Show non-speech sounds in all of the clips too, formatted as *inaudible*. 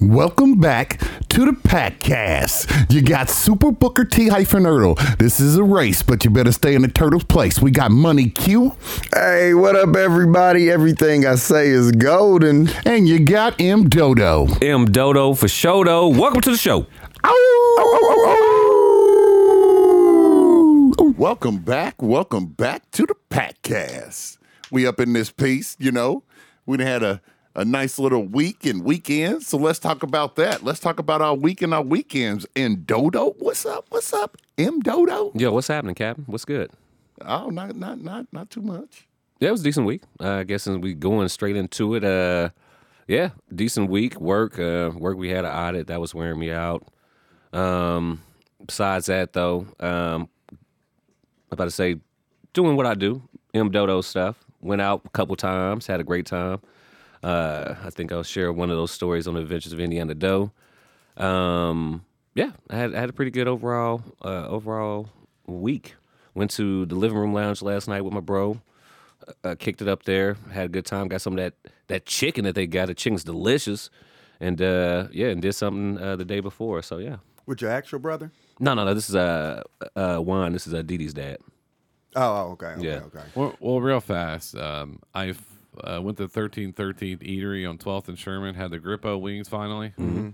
welcome back to the Packcast. You got Super Booker T hyphen Ertle. This is a race, but you better stay in the turtle's place. We got Money Q, Hey, what up, everybody? Everything I say is golden. and you got M Dodo. M Dodo for show though. Welcome to the show. Welcome back. Welcome back to the Packcast. We up in this piece, you know. We done had a, a nice little week and weekend. So let's talk about that. Let's talk about our week and our weekends. And Dodo, what's up? What's up? M Dodo? Yo, what's happening, Captain? What's good? Oh, not not not not too much. Yeah, it was a decent week. Uh, I guess since we going straight into it, uh, yeah, decent week. Work, uh, work. We had an audit that was wearing me out. Um, besides that, though, um, I'm about to say, doing what I do, M Dodo stuff. Went out a couple times, had a great time. Uh, I think I'll share one of those stories on the Adventures of Indiana Doe. Um, yeah, I had, I had a pretty good overall uh, overall week. Went to the living room lounge last night with my bro uh, kicked it up there, had a good time, got some of that that chicken that they got. The chicken's delicious, and uh, yeah, and did something uh, the day before. So yeah, With your actual brother? no, no, no. This is uh, uh Juan. This is uh, Didi's dad. Oh, oh, okay, okay, Yeah. okay. Well, well real fast. Um, I uh, went to 1313 Eatery on 12th and Sherman, had the Grippo wings finally. Mm-hmm.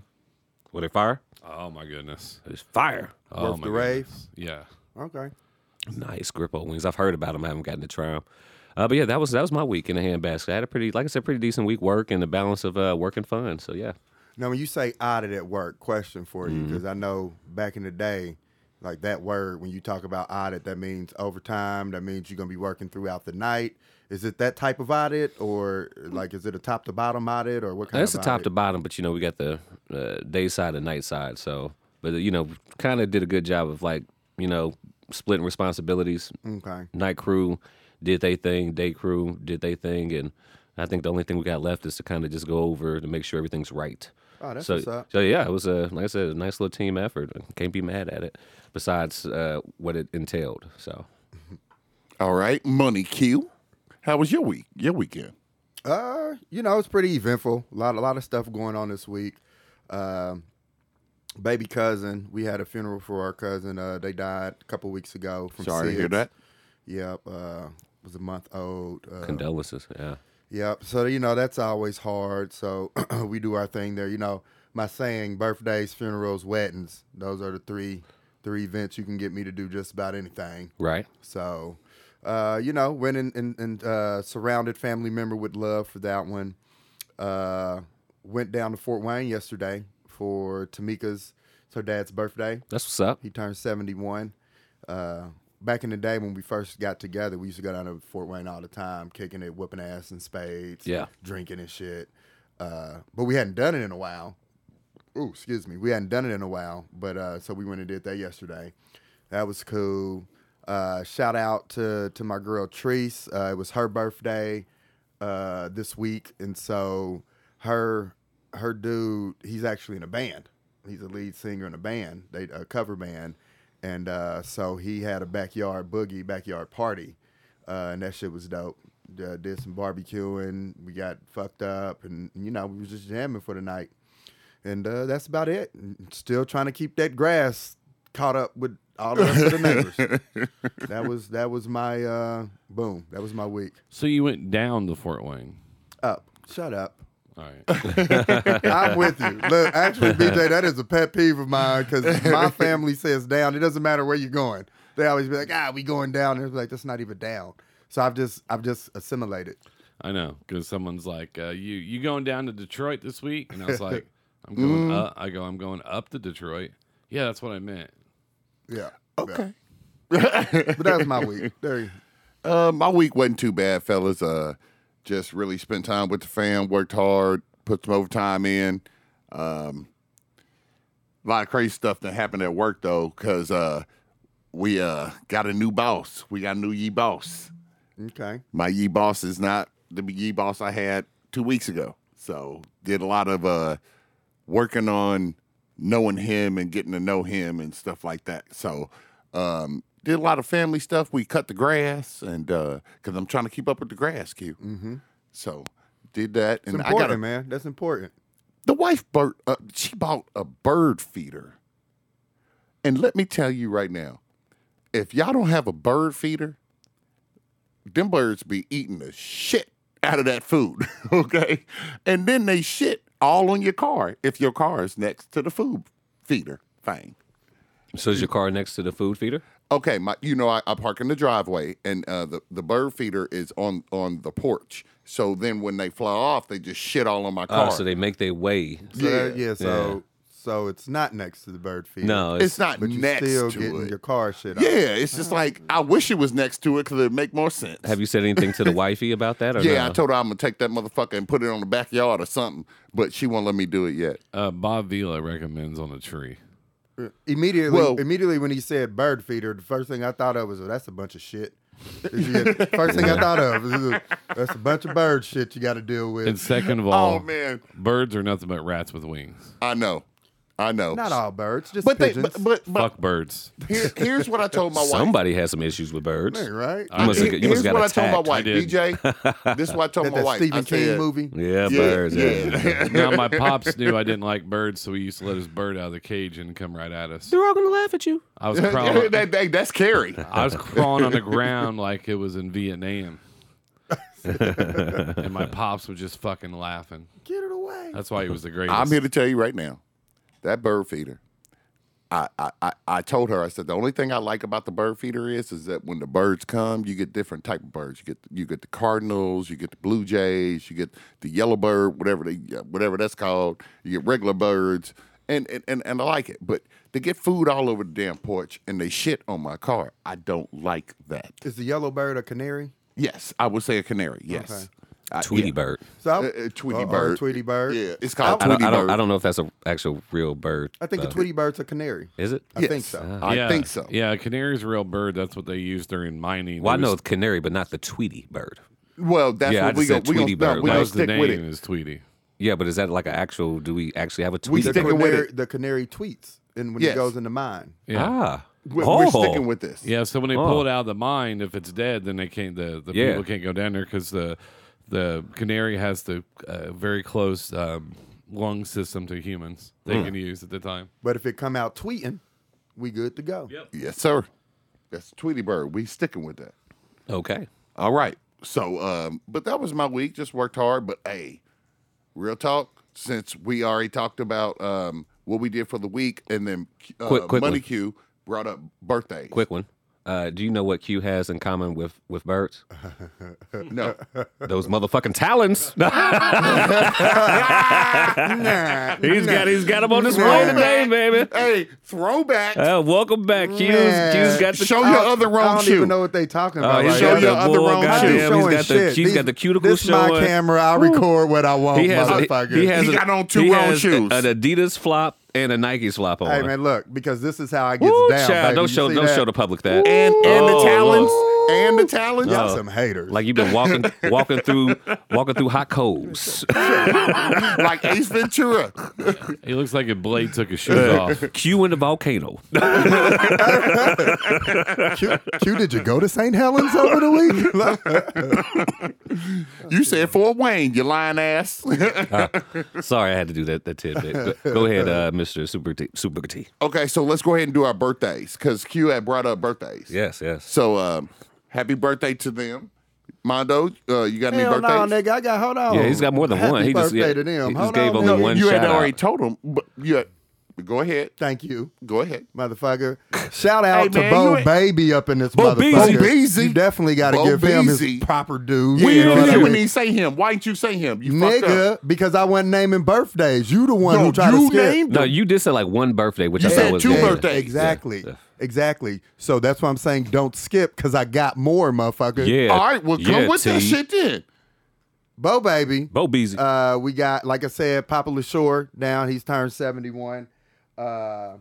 Were they fire? Oh, my goodness. It's fire. Oh, Worth my the rave? goodness. Yeah. Okay. Nice Grippo wings. I've heard about them. I haven't gotten to try them. Uh, but yeah, that was that was my week in the handbasket. I had a pretty, like I said, pretty decent week work and the balance of uh, work and fun. So yeah, Now, when you say audit at work, question for you, Mm-hmm. because I know back in the day, like that word, when you talk about audit, that means overtime. That means you're going to be working throughout the night. Is it that type of audit, or like is it a top to bottom audit, or what kind that's the of top audit? to bottom. But you know, we got the uh, day side and night side. So, but uh, you know, kind of did a good job of like you know splitting responsibilities. Okay. night crew did they thing, day crew did they thing, and I think the only thing we got left is to kind of just go over to make sure everything's right. Oh, that's so, what's up. so yeah, it was a like I said, a nice little team effort. Can't be mad at it. Besides uh, what it entailed, Oh. so All right, Money Q. How was your week? Your weekend? Uh, you know, it's pretty eventful. A lot, a lot of stuff going on this week. Um, baby cousin, we had a funeral for our cousin. Uh, they died a couple weeks ago. From Sorry to hear SIDS. that. Yep. Uh, was a month old. Uh, condolences. Yeah, Yep. So you know that's always hard. So *clears throat* we do our thing there. You know my saying: birthdays, funerals, weddings. Those are the three three events you can get me to do just about anything. right. So, uh, you know, went and, and, and uh, surrounded family member with love for that one. Uh, went down to Fort Wayne yesterday for Tamika's, it's her dad's birthday. That's what's up. He turned 71. Uh, back in the day when we first got together, we used to go down to Fort Wayne all the time, kicking it, whooping ass in spades, Yeah. drinking and shit. Uh, but we hadn't done it in a while. Ooh, excuse me. We hadn't done it in a while, but uh, so we went and did that yesterday. That was cool. Uh, shout out to to my girl Treese. Uh, it was her birthday uh, this week, and so her her dude, he's actually in a band. He's a lead singer in a band, they a cover band, and uh, so he had a backyard boogie, backyard party, uh, and that shit was dope. Uh, did some barbecuing, we got fucked up, and you know we was just jamming for the night and uh, that's about it. And Still trying to keep that grass caught up with all the rest of the neighbors. that was that was my uh, boom. That was my week. So you went down to Fort Wayne. Up. Shut up. All *laughs* right. I'm with you. Look, actually, BJ, that is a pet peeve of mine because my family says down. It doesn't matter where you're going. They always be like, ah, we going down. And it's like that's not even down. So I've just I've just assimilated. I know because someone's like, uh, "You you going down to Detroit this week?" And I *laughs* was like, "I'm Mm-hmm. going up." I go, "I'm going up to Detroit." Yeah, that's what I meant. Yeah. Okay. but that was my week. There you Uh, my week wasn't too bad, fellas. Uh, just really spent time with the fam, worked hard, put some overtime in. Um, a lot of crazy stuff that happened at work though, because uh, we uh, got a new boss. We got a new ye boss. Okay. My ye boss is not the ye boss I had two weeks ago. So did a lot of uh, working on knowing him and getting to know him and stuff like that. So um, did a lot of family stuff. We cut the grass and because I'm trying to keep up with the grass, Q. Mm-hmm. So did that, It's and I important, got a man. That's important. The wife bird, uh, she bought a bird feeder. And let me tell you right now, if y'all don't have a bird feeder, them birds be eating the shit out of that food, *laughs* okay? And then they shit all on your car if your car is next to the food feeder thing. So is your car next to the food feeder? Okay, my, you know, I, I park in the driveway, and uh, the the bird feeder is on on the porch. So then when they fly off, they just shit all on my Oh, car. so they make their way. So yeah, so Yeah. so it's not next to the bird feeder. No, it's not but you're next still to getting it. your car shit. off. yeah, it's Mm-hmm. just like I wish it was next to it because it'd make more sense. Have you said *laughs* anything to the wifey about that? Or yeah, no? I told her I'm gonna take that motherfucker and put it on the backyard or something, but she won't let me do it yet. Uh, Bob Vila recommends on a tree. Immediately, Well- immediately when he said bird feeder, the first thing I thought of was, "Oh, that's a bunch *laughs* of shit." first thing I thought of was, "That's a bunch of bird shit you got to deal with." And *laughs* second of all, Oh man, birds are nothing but rats with wings. I know, I know. not all birds, just but they, pigeons. but but, but Fuck birds. here, here's what I told my wife. Somebody has some issues with birds. Hey, right? I must did. have got- You Here's must have what I got told my attacked. wife, did. DJ. This is what I told that my that wife. I Stephen King said, *laughs* movie. Yeah, Yeah, birds. Yeah. yeah. *laughs* now my pops knew I didn't like birds, so he used to let his bird out of the cage and come right at us. They're all gonna laugh at you. I was *laughs* That- crawling. that- that- that's scary. I was crawling on the ground like it was in Vietnam. and my pops were just fucking laughing. Get it away. That's why he was the greatest. I'm here to tell you right now, that bird feeder. I, I, I, I told her I said the only thing I like about the bird feeder is is that when the birds come you get different type of birds you get you get the cardinals you get the blue jays you get the yellow bird whatever they whatever that's called you get regular birds and and, and and I like it but they get food all over the damn porch and they shit on my car I don't like that Is the yellow bird a canary? yes I would say a canary yes I- Tweety yeah. bird. So I'm- Uh, uh, Tweety or- or a bird. Tweety bird. yeah it's called I don't, Tweety I don't. bird I don't know if that's an actual real bird. I think a though. Tweety bird's a canary. is it. I Yes. think so. I think so Yeah, a canary's a real bird. That's what they use during mining. Well, I It know was- it's canary, but not the Tweety bird. Well, that's Yeah, I what we just go. said We Tweety gonna, no, Bird. we that gonna was the stick with name it. is Tweety. Yeah, but is that like an actual? Do we actually have a We Tweety? The stick- Sticking with canary, it. the canary tweets, and when Yes. he goes in the mine, Yeah. Ah, We're, oh. we're sticking with this. Yeah, so when they Oh. pull it out of the mine, if it's dead, then they can't. The, the Yeah. people can't go down there because the the canary has the uh, very close um, lung system to humans. They Hmm. can use at the time. but if it come out tweeting, we good to go. *laughs* Yes, sir. That's Tweety Bird. We sticking with that. Okay. All right. So, um, but that was my week. Just worked hard. But hey, real talk. Since we already talked about um, what we did for the week, and then uh, Quick- quick Money one. Q brought up birthdays. Quick one. Uh, do you know what Q has in common with with birds? *laughs* No, *laughs* Those motherfucking talons. *laughs* Nah, he's got he's got them on display Nah. today, baby. hey, throwback. Uh, welcome back, Q's. Nah. Q's got the Show your *laughs* other I wrong don't shoe. even know what they talking Oh, about. he's right show got now. your the other boy, wrong I be shoe. goddamn, showing He's got the, shit. he's These- got the cuticle this showing. my camera. I record what I want, He has, motherfucker. he has Oh, He an- got on two he wrong has shoes. An Adidas flop and a Nike flop on. hey man, look, because this is how I get Woo, down. child, baby. don't You show see don't that? show the public that. and and the Oh, talons. Lord. And the talons. Y'all Oh. some haters. Like you've been *laughs* walking walking through walking through hot coals. *laughs* *laughs* like Ace Ventura. He looks like a blade took his *laughs* shoes off. Q in the volcano. *laughs* Q, Q, did you go to St. Helens over the *laughs* week? Like, You said Fort Wayne, you lying ass. *laughs* Sorry, I had to do that that tidbit. Go- Go ahead, uh, Mr. Super T, Super T. Okay, so let's go ahead and do our birthdays because Q had brought up birthdays. Yes, yes. So, um, happy birthday to them, Mondo. Uh, you got any Hell no, birthdays? nigga. I got hold on. Yeah, he's got more than Happy one. He birthday just- yeah, to them. he just Hold gave on, only nigga. one you had shout-out. already told them, but you had, go ahead, Thank you. go ahead. motherfucker. Shout out Hey, to man, you Bo ain't- Baby up in this Bo motherfucker. Beezy. You definitely got to Bo give him Beezy. his proper due. Where You know what you I wouldn't mean? even say him? Why didn't you say him? You fucked up. Nigga, because I wasn't naming birthdays. You the one No, who tried you to skip. named No, you did say like one birthday, which You I said thought was two yeah. birthdays. Exactly. Yeah. Exactly. So that's why I'm saying don't skip because I got more, motherfucker. Yeah. All right, well, come Yeah, with that T. shit then. Bo Baby. Bo Beezy. Uh, we got, like I said, Papa LaShore down. He's turned 71. Uh,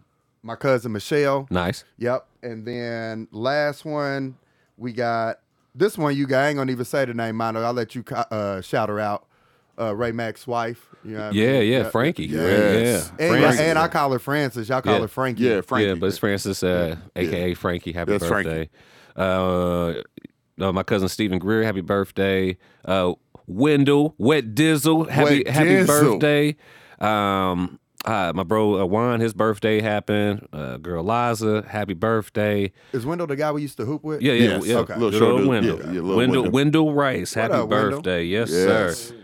my cousin Michelle. nice. Yep. And then last one, we got this one. You guys ain't gonna even say the name, Mono. I'll let you co- uh, shout her out. Uh, Ray Mac's wife. You know what I mean? Yeah, yeah, Frankie. Yes. Yeah. And, Frankie. and I call her Francis. Y'all call Yeah. her Frankie. Yeah, Frankie. Yeah, but it's Francis, uh, aka Frankie. Happy That's birthday. Uh, no, my cousin Stephen Greer. Happy birthday. Uh, Wendell, Wet Dizzle. Happy Wet happy Dizzle. birthday. Um, uh, my bro uh, Juan, his birthday happened. Uh, girl Liza, happy birthday. Is Wendell the guy we used to hoop with? Yeah, yeah, Yes, yeah. okay. Little Good short old dude. Wendell. Yeah, yeah, little Wendell, Wendell. Wendell Rice, happy up, Wendell? birthday. Yes, Yes. sir.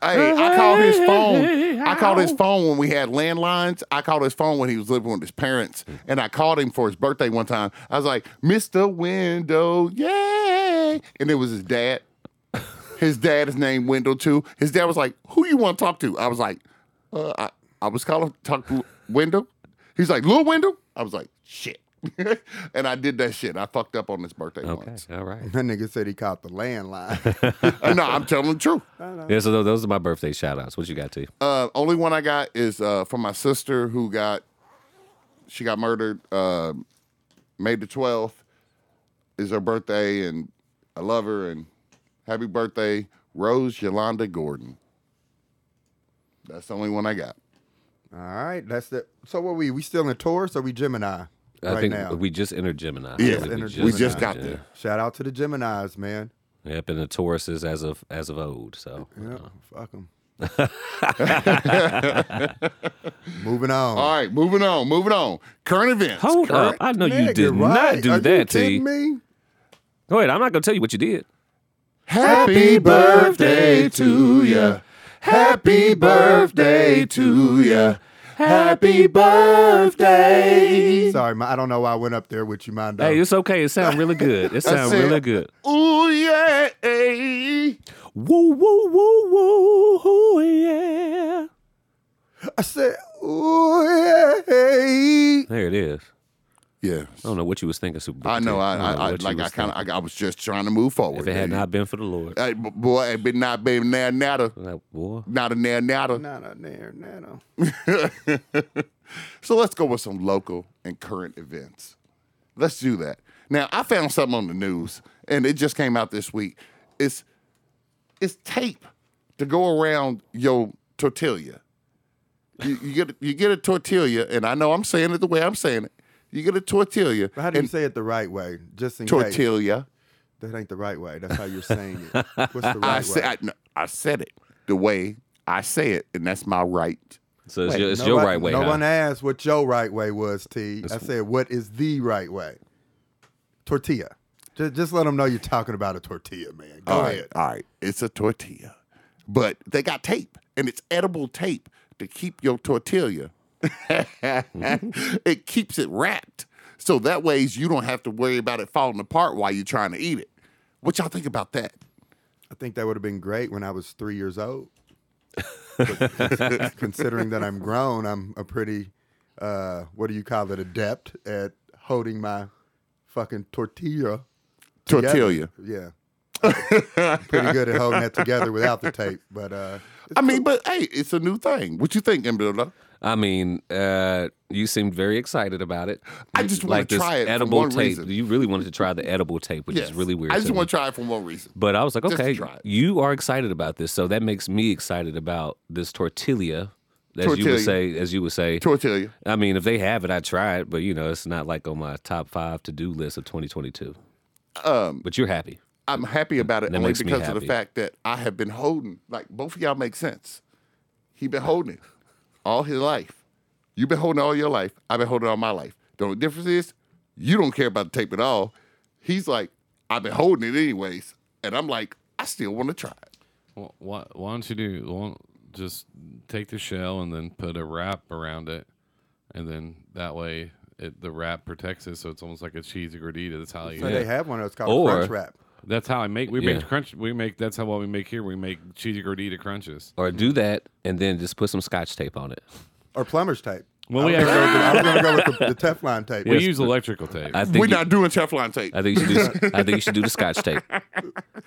Hey, I called his phone. I called his phone when we had landlines. I called his phone when he was living with his parents. And I called him for his birthday one time. I was like, Mr. Window, yay. And it was his dad. His dad is named Wendell too. His dad was like, Who you want to talk to? I was like, uh, I, I was calling to talk to Wendell. He's like, Lil Wendell? I was like, shit. *laughs* and I did that shit. I fucked up on his birthday Okay, once. Uh, all right. *laughs* That nigga said he caught *laughs* the landline. no, I'm telling the truth. Yeah, so tho- those are my birthday shout outs. What you got, T? Uh, only one I got is uh, from my sister who got she got murdered uh, May the twelfth is her birthday and I love her and happy birthday Rose Yolanda Gordon. That's the only one I got. All right, that's it. So what we we still in Taurus or we Gemini I right think now? we just entered Gemini. Yeah, I think entered we just Gemini. got yeah. there. Shout out to the Gemini's, man. Yep, and the Tauruses as of as of old. So Yeah, *laughs* fuck them. *laughs* Moving on. All right, moving on, moving on. Current events. hold Current- up, I know you Nigga, did right? not do Are you that, T. kidding me? Wait, I'm not gonna tell you what you did. Happy birthday to ya. Happy birthday to ya. Happy birthday. Sorry, my, I don't know why I went up there with you, mind. Hey, it's okay. It sounds really good. It sounds it. really good. Ooh yeah. eh. Woo, woo, woo, woo, oh, yeah. I said, ooh, hey. There it is. Yeah. I don't know what you was thinking, Super. Bowl I know. team. I, don't know I, I what you like. was I kind thinking. of. I, I was just trying to move forward. If it had not been for the Lord, Hey, b- boy, it been not been now, nada, that boy. not a now, nada. Not on there, not on. So let's go with some local and current events. Let's do that. Now, I found something on the news, and it just came out this week. It's it's tape to go around your tortilla. You, you get you get a tortilla, and I know I'm saying it the way I'm saying it. You get a tortilla, But how do you and say it the right way? Just in case. tortilla. That ain't the right way. That's how you're saying *laughs* it. What's the right I, way? say, I, no, I said it the way I say it, and that's my right. So it's, Wait, your, it's no your one- right way. No huh? one asked what your right way was, T. I said, what is the right way? Tortilla. Just, just let them know you're talking about a tortilla, man. Go all right, ahead. all right. It's a tortilla, but they got tape, and it's edible tape to keep your tortilla. Mm-hmm. *laughs* it keeps it wrapped, so that ways you don't have to worry about it falling apart while you're trying to eat it. What y'all think about that? I think that would have been great when I was three years old. But *laughs* considering that I'm grown, I'm a pretty, uh, what do you call it, adept at holding my fucking tortilla. together. Tortilla. Yeah. I'm pretty good at holding that together without the tape, but uh, I mean, but hey, it's a new thing. What you think, Embilda? I mean, uh, you seemed very excited about it. I just wanna like this try it for edible one tape. reason. You really wanted to try the edible tape, which is really weird. I just to me. want to try it for one reason. But I was like, Just to okay, try it. you are excited about this, so that makes me excited about this tortilla, as you would Tortilla. say. As you would say, Tortilla. I mean, if they have it, I try it, but you know, it's not like on my top five to do list of 2022. Um, but you're happy. I'm happy about it That only makes me because of the happy. fact that I have been holding. Like both of y'all make sense. He been holding it all his life. You've been holding it all your life. I've been holding it all my life. The only difference is you don't care about the tape at all. He's like, I've been holding it anyways, and I'm like, I still want to try it. Wh- Why, why don't you do? Why don't, just take the shell and then put a wrap around it, and then that way it, the wrap protects it, so it's almost like a cheese gordita. That's how you. so they have one of those called Or- Crunch Wrap. That's how I make. We Yeah. make crunch. We make. That's how what we make here. We make cheesy gordita crunches. Or do that and then just put some scotch tape on it. Or plumber's tape. Well, Oh, we I was actually, gonna go with the, I was gonna go with the, the Teflon tape. we use electrical tape. I think We're you, not doing Teflon tape. I think you *laughs* should do I think you should do the scotch tape.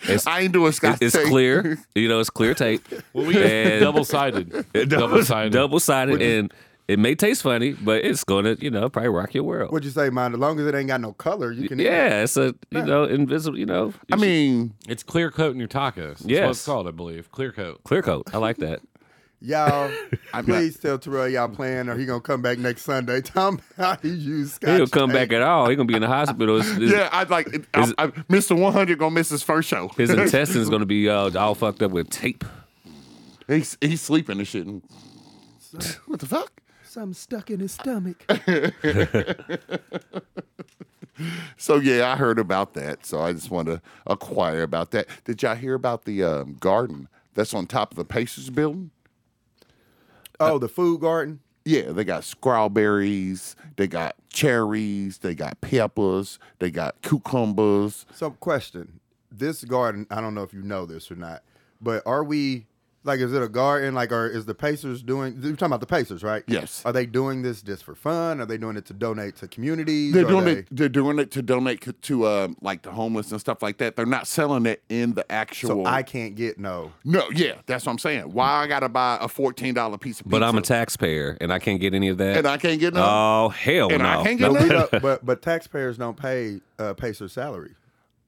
It's, I ain't doing Scotch it's tape. clear. You know, it's clear tape. *laughs* well, we use *laughs* And- *laughs* double sided. Double sided. Double sided and it may taste funny, but it's gonna, you know, probably rock your world. What'd you say, man? As long as it ain't got no color, you can eat it. yeah, it's a you know, invisible *laughs* you know I mean, It's clear coat in your tacos. That's what Yes. it's called, I believe. Clear coat. clear coat. I like that. *laughs* Y'all, I'm not- please tell Terrell y'all playing or he gonna come back next Sunday. *laughs* Tom how he used scotch. He'll come tape. back at all. He's gonna be in the hospital. It's- it's- yeah, I'd like I, I, Mr. 100 gonna miss his first show. *laughs* His intestines gonna be uh, all fucked up with tape. he's he's sleeping and shit. What the fuck? Some stuck in his stomach. So yeah, I heard about that. So I just wanted to acquire about that. Did y'all hear about the um, garden that's on top of the Pacers building? *laughs* oh, the food garden. Yeah, they got strawberries, they got cherries, they got peppers, they got cucumbers. So, question: This garden, I don't know if you know this or not, but are we like, is it a garden? Like, are is the Pacers doing? You're talking about the Pacers, right? Yes. Are they doing this just for fun? Are they doing it to donate to communities? They're Are doing they- it. They're doing it to donate c- to um, like the homeless and stuff like that. They're not selling it in the actual. So I can't get no. no, yeah, that's what I'm saying. Why I gotta buy a fourteen dollar piece of pizza? But I'm a taxpayer and I can't get any of that. and I can't get no. oh hell and no! I can't get Nope. no. *laughs* but, but but taxpayers don't pay uh, Pacers salary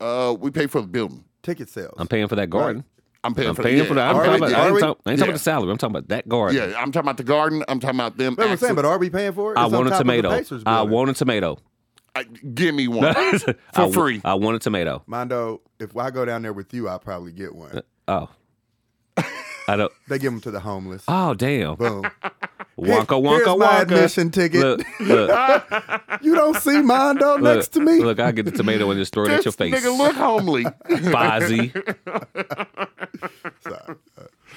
Uh, we pay for the building. ticket sales. I'm paying for that garden. I'm paying I'm for paying the, yeah, for that. I'm I'm talking paying- about, we- I are ain't we- talk- I ain't talking yeah. about the salary. I'm talking about that garden. Yeah, I'm talking about the garden. I'm talking about them. That's what I'm saying, actually- but are we paying for it? I It's on want a top of the tomato. Pacers I building. want a tomato. I- give me one for *laughs* I, w- free. I want a tomato. Mondo. If I go down there with you, I'll probably get one. *laughs* Oh, I don't. They give them to the homeless. Oh damn! Boom. *laughs* Wonka, wonka, Here's wonka. my admission ticket. Look, look, You don't see Mondo *laughs* look, next to me. Look, I get the tomato and just throw it at your This face. Nigga, *laughs* look homely. *laughs* Fozzie.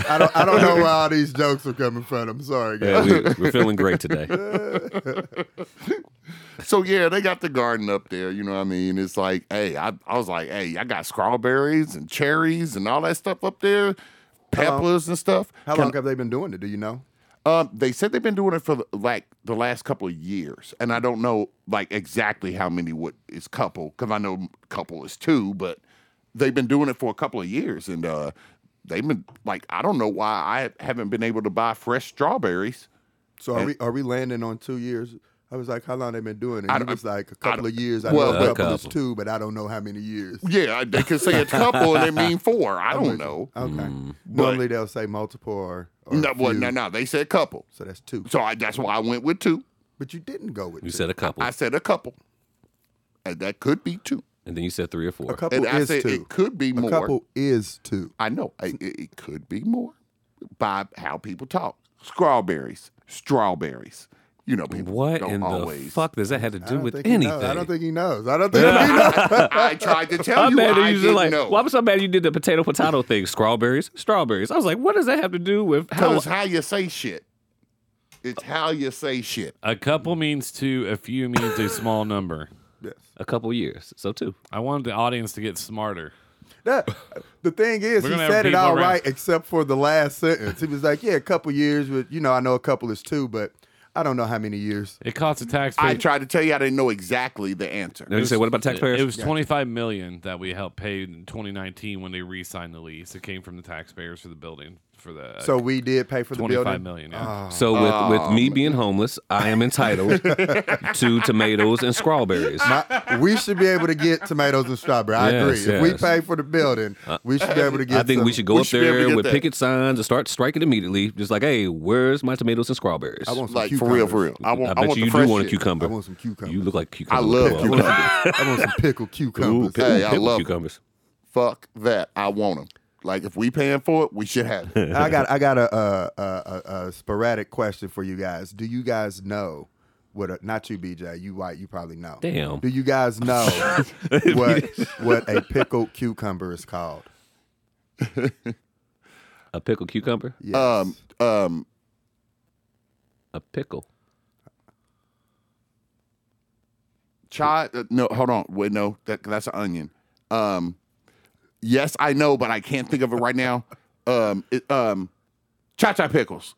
I don't. I don't *laughs* know where all these jokes are coming from. I'm sorry, guys. Yeah, we, we're feeling great today. so yeah, they got the garden up there. You know what I mean? It's like, hey, I, I was like, hey, I got strawberries and cherries and all that stuff up there, peppers and stuff. How Can- long have they been doing it? Do you know? Um, they said they've been doing it for the- like the last couple of years, and I don't know like exactly how many what is couple because I know couple is two, but they've been doing it for a couple of years, and uh, they've been like I don't know why I haven't been able to buy fresh strawberries. So are we are we landing on two years? I was like, how long they been doing it? I He don't- was like a I couple of don't- years. I well, know but- a couple is Couple. two, but I don't know how many years. Yeah, they could say a couple *laughs* and they mean four. I don't know. Okay. Mm, Normally they'll say multiple or, or No, a well, few. no, no, they said couple, So that's two. so I, that's why I went with two. But you didn't go with You two. said a couple, I said a couple, and that could be two, and then you said three or four. a couple and I is said two. it could be a more. couple is two. I know I- it, it could be more by how people talk. Strawberries, strawberries. You know, people What don't in the always. fuck does that have to I do don't with think he anything? knows. I don't think he knows. I don't think he knows. *laughs* *laughs* I tried to *laughs* tell I'm you. mad that I you didn't just like. know. Well, I'm so mad you did the potato potato thing. Strawberries, strawberries. I was like, what does that have to do with Because how? it's how you say shit. It's how you say shit. A couple means two. A few means a small number. Yes. A couple years, so two. I wanted the audience to get smarter. That, the thing is, We're he gonna have said it people all right around. except for the last sentence. He was like, "Yeah, a couple years, but you know, I know a couple is two, but I don't know how many years." It costs a taxpayer. I tried to tell you I didn't know exactly the answer. No, you said what about taxpayers? It was 25 million that we helped pay in 2019 when they re-signed the lease. It came from the taxpayers for the building for the So we did pay for the 25 building. Ah, million. Yeah. So with with um, me being homeless, I am *laughs* entitled to tomatoes and strawberries. My- we should be able to get tomatoes and strawberry. I Yes, agree. If we yes. Uh, pay for the building, we should be able to get. I think we some- should go we up should be able to there get with that. picket signs and start striking immediately. Just like, hey, where's my tomatoes and strawberries? I want some Like for cucumbers. real, for real. I I want. I, bet want the you, you fresh do want shit. a cucumber. I want some cucumbers. You look like a cucumber. I love Well, cucumbers. I want some pickled Ooh, cucumbers. pickle, Hey, I pickle love 'em. cucumbers. Fuck that. I want them. Like if we paying for it, we should have. *laughs* It. I got I got a, uh, a, a a sporadic question for you guys. Do you guys know what? A, not you, BJ. You white. You probably know. Damn. Do you *laughs* guys know what what a pickled cucumber is called? A pickle cucumber. Yes. Um, um, A pickle. Chai, uh, no, hold on. Wait, no, that, that's an onion. Um, yes, I know, but I can't think of it right now. *laughs* Um, it, um, cha cha pickles.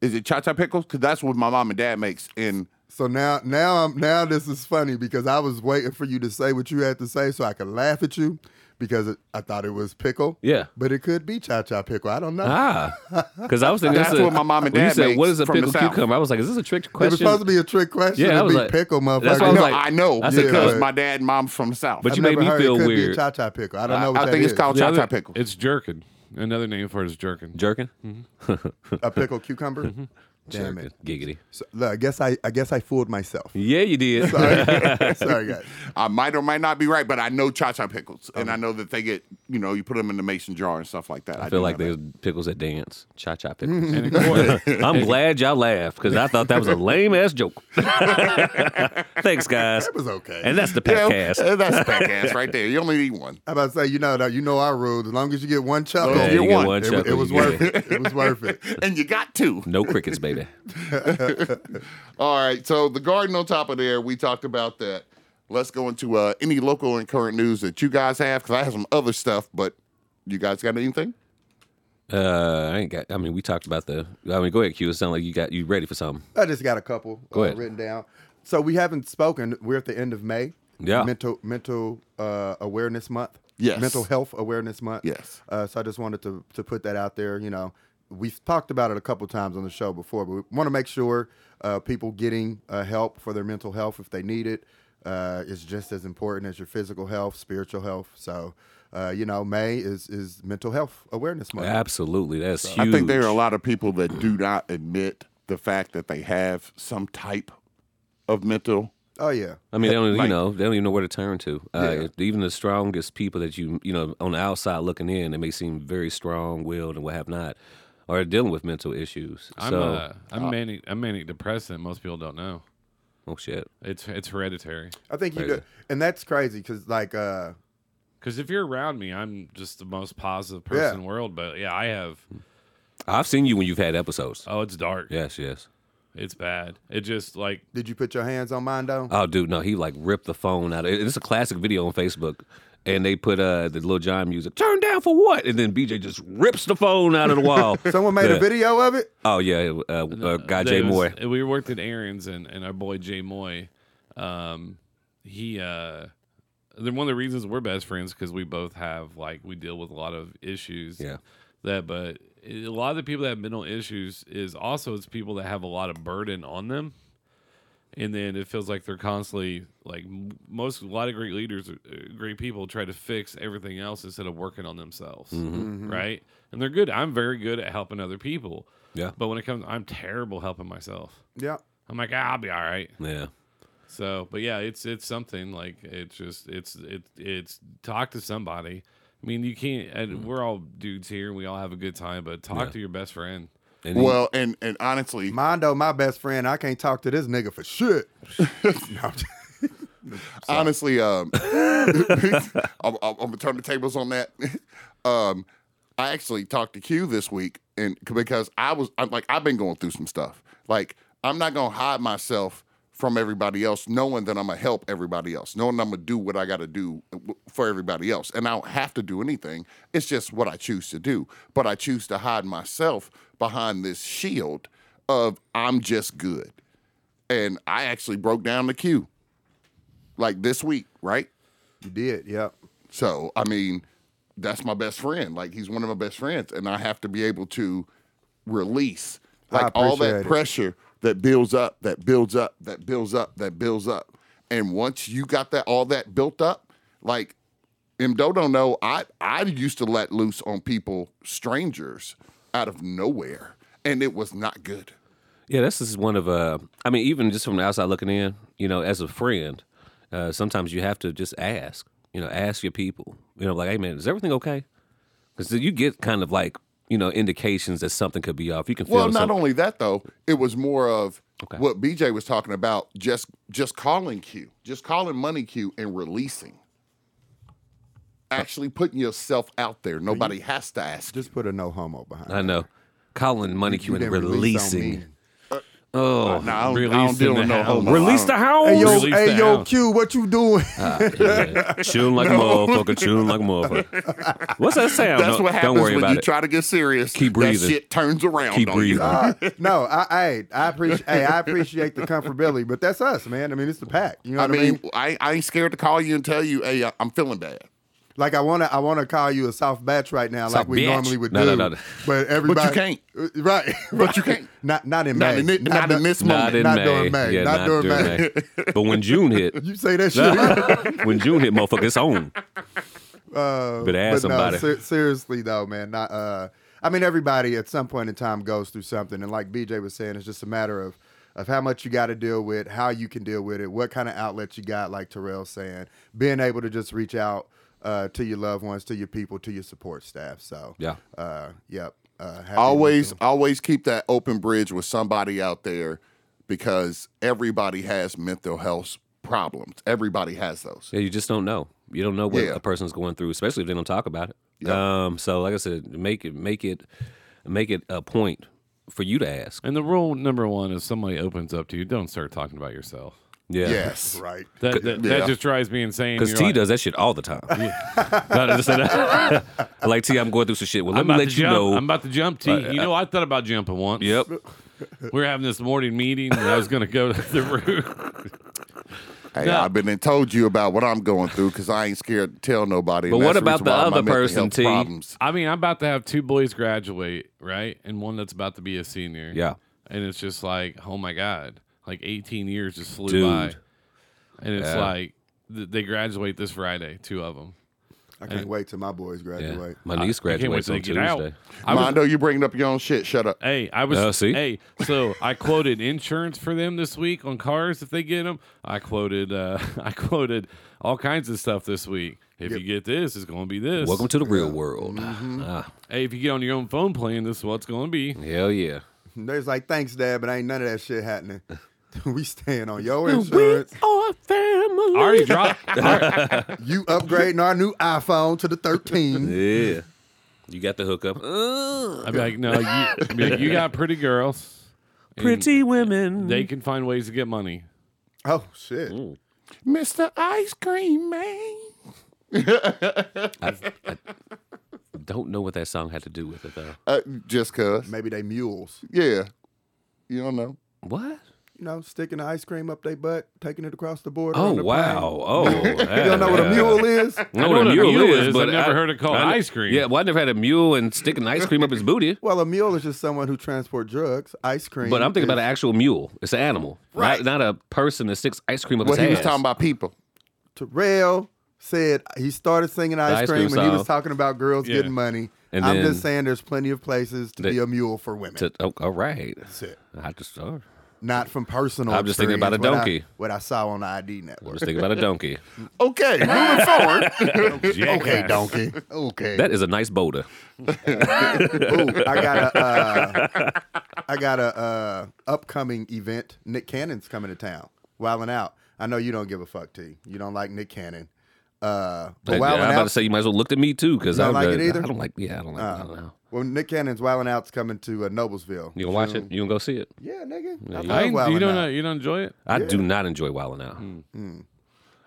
Is it cha cha pickles? Because that's what my mom and dad makes. And so now now I'm now this is funny because I was waiting for you to say what you had to say so I could laugh at you because it, I thought it was pickle. Yeah. But it could be cha cha pickle. I don't know. *laughs* Ah, because I was thinking That's this is a- what my mom and when dad You said makes what is a from the pickle South. cucumber? I was like, is this a trick It was question? supposed to be a trick question. Yeah, I It'd was be like- pickle, motherfucker. that's why I was no, like- I know I said, because "Cuz." my dad and mom from the South. But I've you made never me heard feel it could Be weird. a cha cha pickle. I don't know. What I that think it's is. called The cha cha other- pickles. It's jerkin. Another name for it is jerkin. Jerking. a pickled cucumber. Damn Jerking. it. Giggity. So, look, I guess I I guess I *laughs* fooled myself. Yeah, you did. Sorry, Sorry guys. I might or might not be right, but I know cha cha pickles, and I know that they get you know, you put them in the mason jar and stuff like that. I feel do like know there's pickles that dance. Cha cha *laughs* pickles. And of course, *laughs* I'm glad y'all laughed because I thought that was a lame *laughs* ass joke. Thanks, guys. It was okay. And that's the that. podcast. Yeah, that's a pack ass right there. You only need one. I about to say, you know, that you know our rules. As long as you get one chuckle, Yeah, it, you wa- get one. it chuckle, was you get worth it. it. It was worth it. And you got two. No crickets, baby. All right. So the garden on top of there, we talked about that. Let's go into uh, any local and current news that you guys have because I have some other stuff, but you guys got anything? Uh, I ain't got. I mean, we talked about the. I mean, go ahead, Q. It sounds like you got you ready for something. I just got a couple Go uh, ahead. written down. So we haven't spoken. We're at the end of May. Yeah. Mental Mental uh, Awareness Month. Yes. Mental Health Awareness Month. Yes. Uh, so I just wanted to to put that out there. You know, we've talked about it a couple times on the show before, but we want to make sure uh, people getting uh, help for their mental health if they need it uh, is just as important as your physical health, spiritual health. So. Uh, you know, May is is Mental Health Awareness Month. Absolutely, that's huge. I think there are a lot of people that do not admit the fact that they have some type of mental. Oh yeah, I mean, they don't. you know, they don't even know where to turn to. Uh, Even the strongest people that you you know on the outside looking in, they may seem very strong willed and what have not, are dealing with mental issues. I'm so, uh, I'm manic. I'm manic depressant. Most people don't know. oh shit. It's it's hereditary. I think you Crazy. do, and that's crazy because like uh, Because if you're around me, I'm just the most positive person Yeah. in the world. But yeah, I have. I've seen you when you've had episodes. Oh, it's dark. Yes, yes. It's bad. It just like Did you put your hands on mine though? Oh, dude, no, he like ripped the phone out. It- It's a classic video on Facebook, and they put uh the little John music. Turn down for what? And then BJ just rips the phone out of the wall. Someone made Uh, Yeah. a video of it. Oh yeah, uh, uh, guy there Jay was- Moore. We worked at Aaron's and, and our boy Jay Moy. Um, he uh, then one of the reasons we're best friends because we both have like we deal with a lot of issues. Yeah. That, but a lot of the people that have mental issues is also it's people that have a lot of burden on them, and then it feels like they're constantly like m- most a lot of great leaders, uh, great people try to fix everything else instead of working on themselves, Mm-hmm. right? And they're good. I'm very good at helping other people. Yeah. But when it comes, I'm terrible helping myself. Yeah. I'm like, ah, I'll be all right. Yeah. So, but yeah, it's it's something like it's just it's it's it's talk to somebody. I mean, you can't. Mm. And we're all dudes here, and we all have a good time. But talk to your best friend. And he- Well, and and honestly, Mondo, my best friend, I can't talk to this nigga for shit. No, honestly, um, *laughs* I'm, I'm gonna turn the tables on that. *laughs* Um, I actually talked to Q this week, and because I was I'm like I've been going through some stuff. Like I'm not gonna hide myself from everybody else, knowing that I'm gonna help everybody else, knowing I'm gonna do what I gotta do uh, for everybody else, and I don't have to do anything. It's just what I choose to do. But I choose to hide myself behind this shield of I'm just good, and I actually broke down the Q like this week, right? you did. Yep. So, I mean, that's my best friend. Like, he's one of my best friends, and I have to be able to release like all that appreciate it. pressure that builds up, that builds up, that builds up, that builds up. And once you got that all that built up, like Mdo don't know, I I used to let loose on people, strangers, out of nowhere, and it was not good. Yeah, this is one of uh I mean, even just from the outside looking in, you know, as a friend, uh, sometimes you have to just ask, you know, ask your people, you know, like, hey man, is everything okay? Because you get kind of like, you know, indications that something could be off. You can feel Well, not something. only that though, it was more of Okay. what BJ was talking about. Just just calling Q, just calling money Q, and releasing. Actually putting yourself out there. Nobody has to ask. Just put a no homo behind. I it. know. Colin Money Q You and didn't release on me. releasing. Nah, I Oh, don't, I Releasing don't deal the with no house. homo. release the I house. Uh-huh. Ah, Hey yo, Release the hey yo, *laughs* house. Q, what you doing? Yeah. Chewing like a motherfucker, chewing like a *laughs* motherfucker. What's that sound? don't- That's No, what happens don't worry when about you it. try to get serious. Keep breathing. That shit turns around. Keep on breathing. You. Uh, *laughs* no, I, I, I appreciate, hey, I appreciate the comfortability, but that's us, man. I mean, it's the pack. You know I what I mean? mean, I, I ain't scared to call you and tell you, hey, I- I'm feeling bad. Like I wanna, I wanna call you a soft batch right now, like Soft we bitch. normally would No, no, do. no, no. But everybody, can't. Uh, *laughs* right? But you can't. *laughs* Not, not in Not May. in, thi- not in this Not moment. in Not May. during May. Yeah, Not during during May. but when June hit, *laughs* You say that shit. when June hit, motherfucker, it's on. Uh, Better ask somebody. No, ser- seriously though, man. Not. Uh, I mean, everybody at some point in time goes through something, and like BJ was saying, it's just a matter of of how much you got to deal with, how you can deal with it, what kind of outlet you got, like Terrell's saying, being able to just reach out uh, to your loved ones, to your people, to your support staff. So Yeah. uh, yep. Uh, happy always Wednesday. always keep that open bridge with somebody out there because everybody has mental health problems. Everybody has those. Yeah, you just don't know. You don't know what Yeah. a person's going through, especially if they don't talk about it. Um, so like I said, make it make it make it a point for you to ask. And the rule number one is somebody opens up to you, don't start talking about yourself. Yeah. Yes. right. That that, Yeah. that just drives me insane. Because You're T like, does that shit all the time. *laughs* No, no, just- *laughs* like T, I'm going through some shit. Well, let I'm me about let to you jump. know. uh, I'm about to jump. T. you know, I thought about jumping once. yep. We were having this morning meeting, and I was going to go to the room. Hey, No. I've been and told you about what I'm going through because I ain't scared to tell nobody. But and what that's reason about the why my other mental person, health T? Problems. I mean, I'm about to have two boys graduate, right, and one that's about to be a senior. Yeah. and it's just like, oh my god, like 18 years just flew Dude. by, and it's Yeah. like th- they graduate this Friday, two of them. I can't wait till my boys Yeah. graduate. My niece graduates on Tuesday. I was, Mondo, you bringing up your own shit. Shut up. hey, I was. Uh, see? Hey, so I quoted insurance for them this week on cars if they get them. I quoted. Uh, *laughs* I quoted all kinds of stuff this week. If you get this, it's going to be this. Welcome to the real world. Ah, Hey, if you get on your own phone plan, this is what's going to be. hell yeah. *laughs* There's like, thanks, Dad, but ain't none of that shit happening. *laughs* we staying *laughs* on your insurance. Our I family. already dropped. you upgrading our new iPhone to the 13. *laughs* *laughs* Yeah. You got the hookup. Ugh. I'd be like, no, you, I'd be like, you *laughs* got pretty girls. and Pretty women. They can find ways to get money. Oh shit! Mr. Ice Cream *laughs* Man. don't know what that song had to do with it though. Uh, just cuz. Maybe they mules. Yeah. You don't know. What? You know, sticking the ice cream up their butt, taking it across the border. Oh on the wow! *laughs* Oh, Plane. You don't know what a mule *laughs* is? know I what a mule, is, I've but never I- heard it called I- ice cream. Yeah, well, I never had a mule and sticking ice cream up his booty. Well, a mule is just someone who transport drugs. Ice cream. But I'm thinking about is an actual mule. It's an animal, Right. Not, not a person that sticks ice cream up Well, his he was ass. talking about people. Terrell said he started singing ice, ice cream cream when he was song. talking about girls Yeah. getting money. And I'm then- just saying, there's plenty of places to That- be a mule for women. To- oh, all right, That's it. I just oh, Not from personal. I'm just thinking about a experience, what I- donkey. What I, saw on the ID I network. was thinking about a *laughs* donkey. Okay, moving forward. okay, donkey. Okay. That is a nice boulder. Ooh, I got a, uh, I got a uh, upcoming event. Nick Cannon's coming to town. Wildin' out. I know you don't give a fuck, T. You don't like Nick Cannon. Uh, but I'm Wildin' about to out. say you might as well looked at me too because You I don't like uh, it either? Oh. I don't like. Yeah, I don't like. I don't know. well, Nick Cannon's Wildin' out's coming to uh, Noblesville. You gonna watch it? You gonna go see it? Yeah, nigga. I I love ain't- you Wildin' don't out. know, you don't enjoy it. I do not enjoy Wildin' Out. Mm.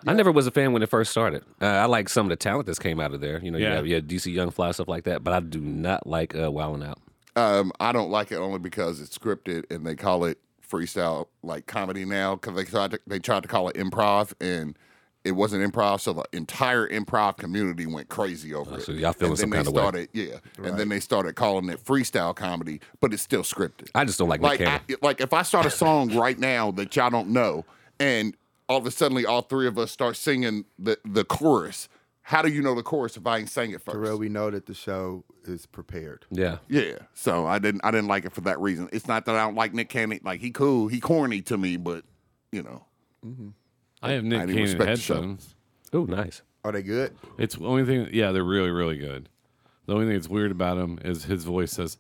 I never was a fan when it first started. Uh, I like some of the talent that's came out of there. You know, Yeah. you, have, you have DC Young Fly stuff like that, but I do not like uh, Wildin' Out. Um, I don't like it only because it's scripted and they call it freestyle like comedy now because they tried to, they tried to call it improv and it wasn't improv, so the entire improv community went crazy over it. Oh, so y'all feeling and some then kinda they way. started, yeah, and then they started calling it freestyle comedy, but it's still scripted. I just don't like, like Nick I, Cannon. like if I start a song right now that y'all don't know, and all of a sudden all three of us start singing the the chorus. How do you know the chorus if I ain't sang it first? Terrell, we know that the show is prepared. yeah. Yeah, so I didn't I didn't like it for that reason. It's not that I don't like Nick Cannon. Like he cool, he corny to me, but you know, I have I Nick didn't Cannon respect the show. headphones. Oh, nice. Are they good? It's the only thing. Yeah, they're really, really good. The only thing that's weird about him is his voice says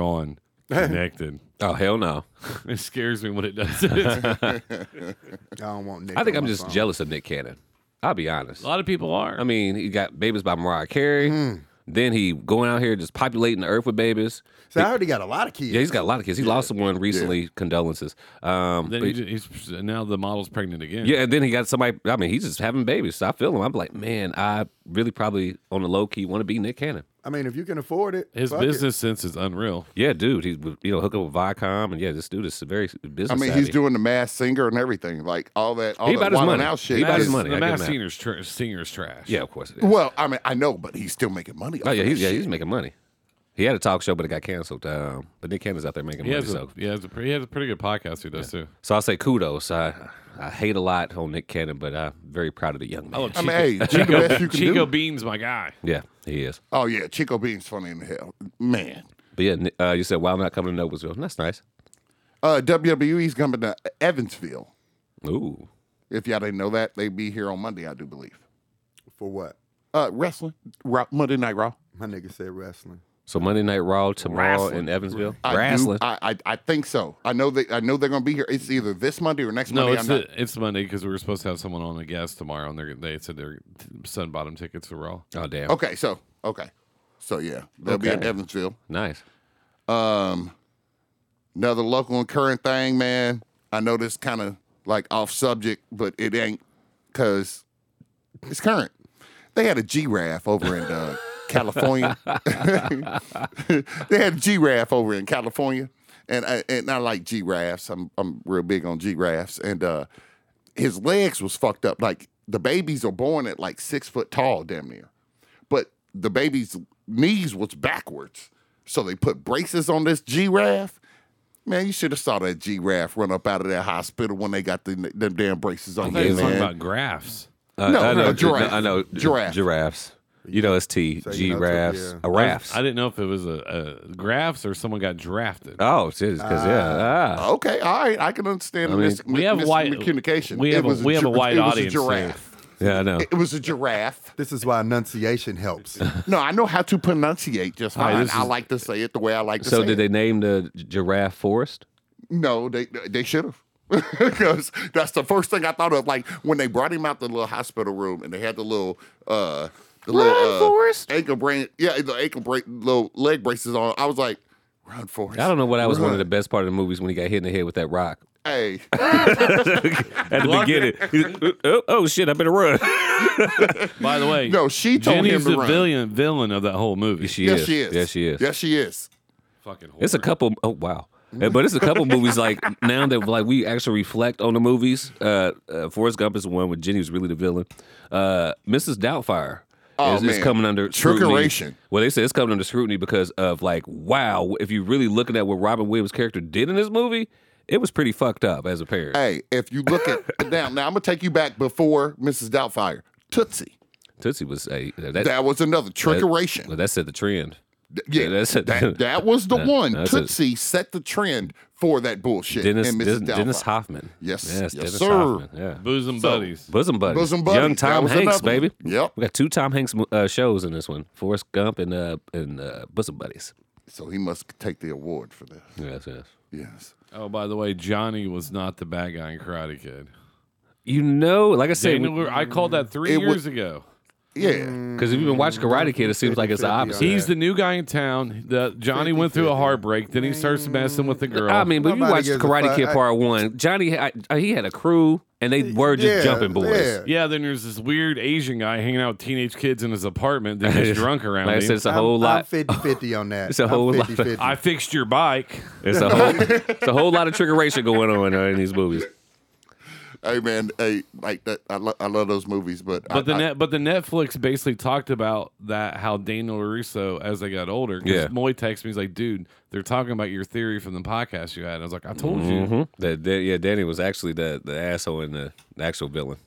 *laughs* on." Connected. *laughs* Oh hell no! it scares me when it does. *laughs* it. I don't want Nick. I think on I'm my just phone. jealous of Nick Cannon. I'll be honest. A lot of people are. I mean, he got babies by Mariah Carey. Hmm. Then he going out here just populating the earth with babies. See, I already got a lot of kids. Yeah, he's got a lot of kids. He lost someone recently. Condolences. Um, then but- he, ju- he's now the model's pregnant again. Yeah, and then he got somebody. I mean, he's just having babies. So I feel him. I'm like, man, I really probably on the low key want to be Nick Cannon. I mean, if you can afford it, His fuck it. business sense is unreal. Yeah, dude, he's you know hook up with Viacom, and yeah, this dude is very business. I mean he's doing the mass singer and everything, like all that. All He that about his Wild 'N money. Out shit. He about his is- money. I The give him mass that. singer's, tr- singer's trash. Yeah, of course it is. Well, I mean I know, but he's still making money. oh off yeah, of he's that yeah he's shit. making money. He had a talk show, but it got canceled. Um, but Nick Cannon's out there making He money. has, a, So, he, has a, pre- he has a pretty good podcast he does too. so I say kudos. I I hate a lot on Nick Cannon, but I'm very proud of the young man. Oh, I *laughs* mean, hey, do the best you can Chico do. Bean's my guy. yeah, he is. Oh yeah, Chico Bean's funny in hell, man. But yeah, Nick- uh, you said wow, not coming to Noblesville. That's nice. Uh, WWE's coming to Evansville. Ooh, If y'all didn't know that, they be here on Monday, I do believe. for what? Uh, wrestling, Raw, Monday Night Raw. My nigga said wrestling. So Monday Night Raw tomorrow Wrestling. in Evansville. I do- Wrestling. I, I I think so. I know they I know they're gonna be here. It's either this Monday or next No, Monday. it's I'm the, it's Monday because we were supposed to have someone on a guest tomorrow, and they're, they said their t- sun bottom tickets are all. oh damn. not, okay, so okay, so yeah, they'll be in Okay. Evansville. Nice. Um, another local and current thing, man. I know this kind of like off subject, but it ain't because it's current. They had a giraffe over in uh, California. they had a giraffe over in California, and I, and I like giraffes. I'm I'm real big on giraffes, and uh, his legs was fucked up. Like the babies are born at like six foot tall, damn near, but the baby's knees was backwards, so they put braces on this giraffe. Man, you should have saw that giraffe run up out of that hospital when they got the, them damn braces on. I thought you Them, were talking man. about graphs. Uh, No, I no, know, giraffe. I know Giraffe. giraffes. You know it's T. So you know it's a- giraffes. yeah. A rafts. I didn't know if it was a, a graphs or someone got drafted. Uh, oh, shit. Because yeah. Ah. Okay, all right, I can understand I mean, this. we have white- communication. we have a- we have a wide it was audience A here. giraffe. Yeah, I know. It was a giraffe. This is why enunciation helps. *laughs* No, I know how to pronunciate just fine. this I is- like to say it the way I like to So say did it. they name the gi- giraffe Forest? No, they they should have. *laughs* Because that's the first thing I thought of. Like when they brought him out the little hospital room and they had the little uh the little Run, uh, Forrest. ankle brain yeah, the ankle break little leg braces on. I was like, run Forrest. I don't know what I was one of Run. the best part of the movies when he got hit in the head with that rock Hey. at the beginning. He's- oh, oh shit! I *laughs* better run. By the way, No, she told Jenny's him to the run. villain villain of that whole movie. she yes, is. she is. Yes, she is. Yes, she is. fucking. Horror. It's a couple. Oh wow. Uh, But it's a couple movies like now that like we actually reflect on the movies. Uh, uh Forrest Gump is one where Jenny was really the villain. Uh, Mrs. Doubtfire Oh, is, is man. coming under Trickeration. scrutiny. Well, they said it's coming under scrutiny because of like wow, if you really looking at what Robin Williams' character did in this movie, it was pretty fucked up as a parent. Hey, if you look at *laughs* now, now I'm gonna take you back before Mrs. Doubtfire. Tootsie. Tootsie was a uh, that, That was another trickeration. well, that set the trend. Th- Yeah, Yeah, that's it. that, that was the *laughs* That- one. that's it. Tootsie set the trend for that bullshit. Dennis and Mrs. Den- Doubtfire. Dennis Hoffman. Yes, yes, yes, Dennis sir. Hoffman. Yeah. bosom So- buddies. Bosom buddies. Bosom Buddies. Young That Tom was Hanks, another one. baby. Yep. We got two Tom Hanks uh, shows in this one: Forrest Gump and uh and uh, Bosom Buddies. So he must take the award for this. Yes, yes. Yes. Oh, by the way, Johnny was not the bad guy in Karate Kid. You know, like I said, Daniel Lur- I called that three It wa- years ago. Yeah. because if you've been watching Karate Kid, it seems like it's the opposite. He's the new guy in town. The, Johnny went through a heartbreak. Then he starts messing with the girl. I mean, but you Nobody watched gives a Karate fuck. Kid I- Part One. Johnny, I, I- he had a crew, and they were just Yeah, jumping boys. yeah. yeah, then there's this weird Asian guy hanging out with teenage kids in his apartment *laughs* that gets drunk around Like I him. said, it's a whole lot. I'm 50 50 on *laughs* that. It's a whole I'm lot. 50-50. I fixed your bike. It's a whole, it's a whole lot of trickeration going on uh, in these movies. Hey man, hey, like that. I, lo- I love those movies, but I- *laughs* But the I- net, but the Netflix basically talked about that how Daniel Russo as they got older. 'cause Yeah. Moy texted me. He's like, dude, they're talking about your theory from the podcast you had. And I was like, I told you. Mhm. That, that- yeah, Danny was actually the the asshole and the, the actual villain.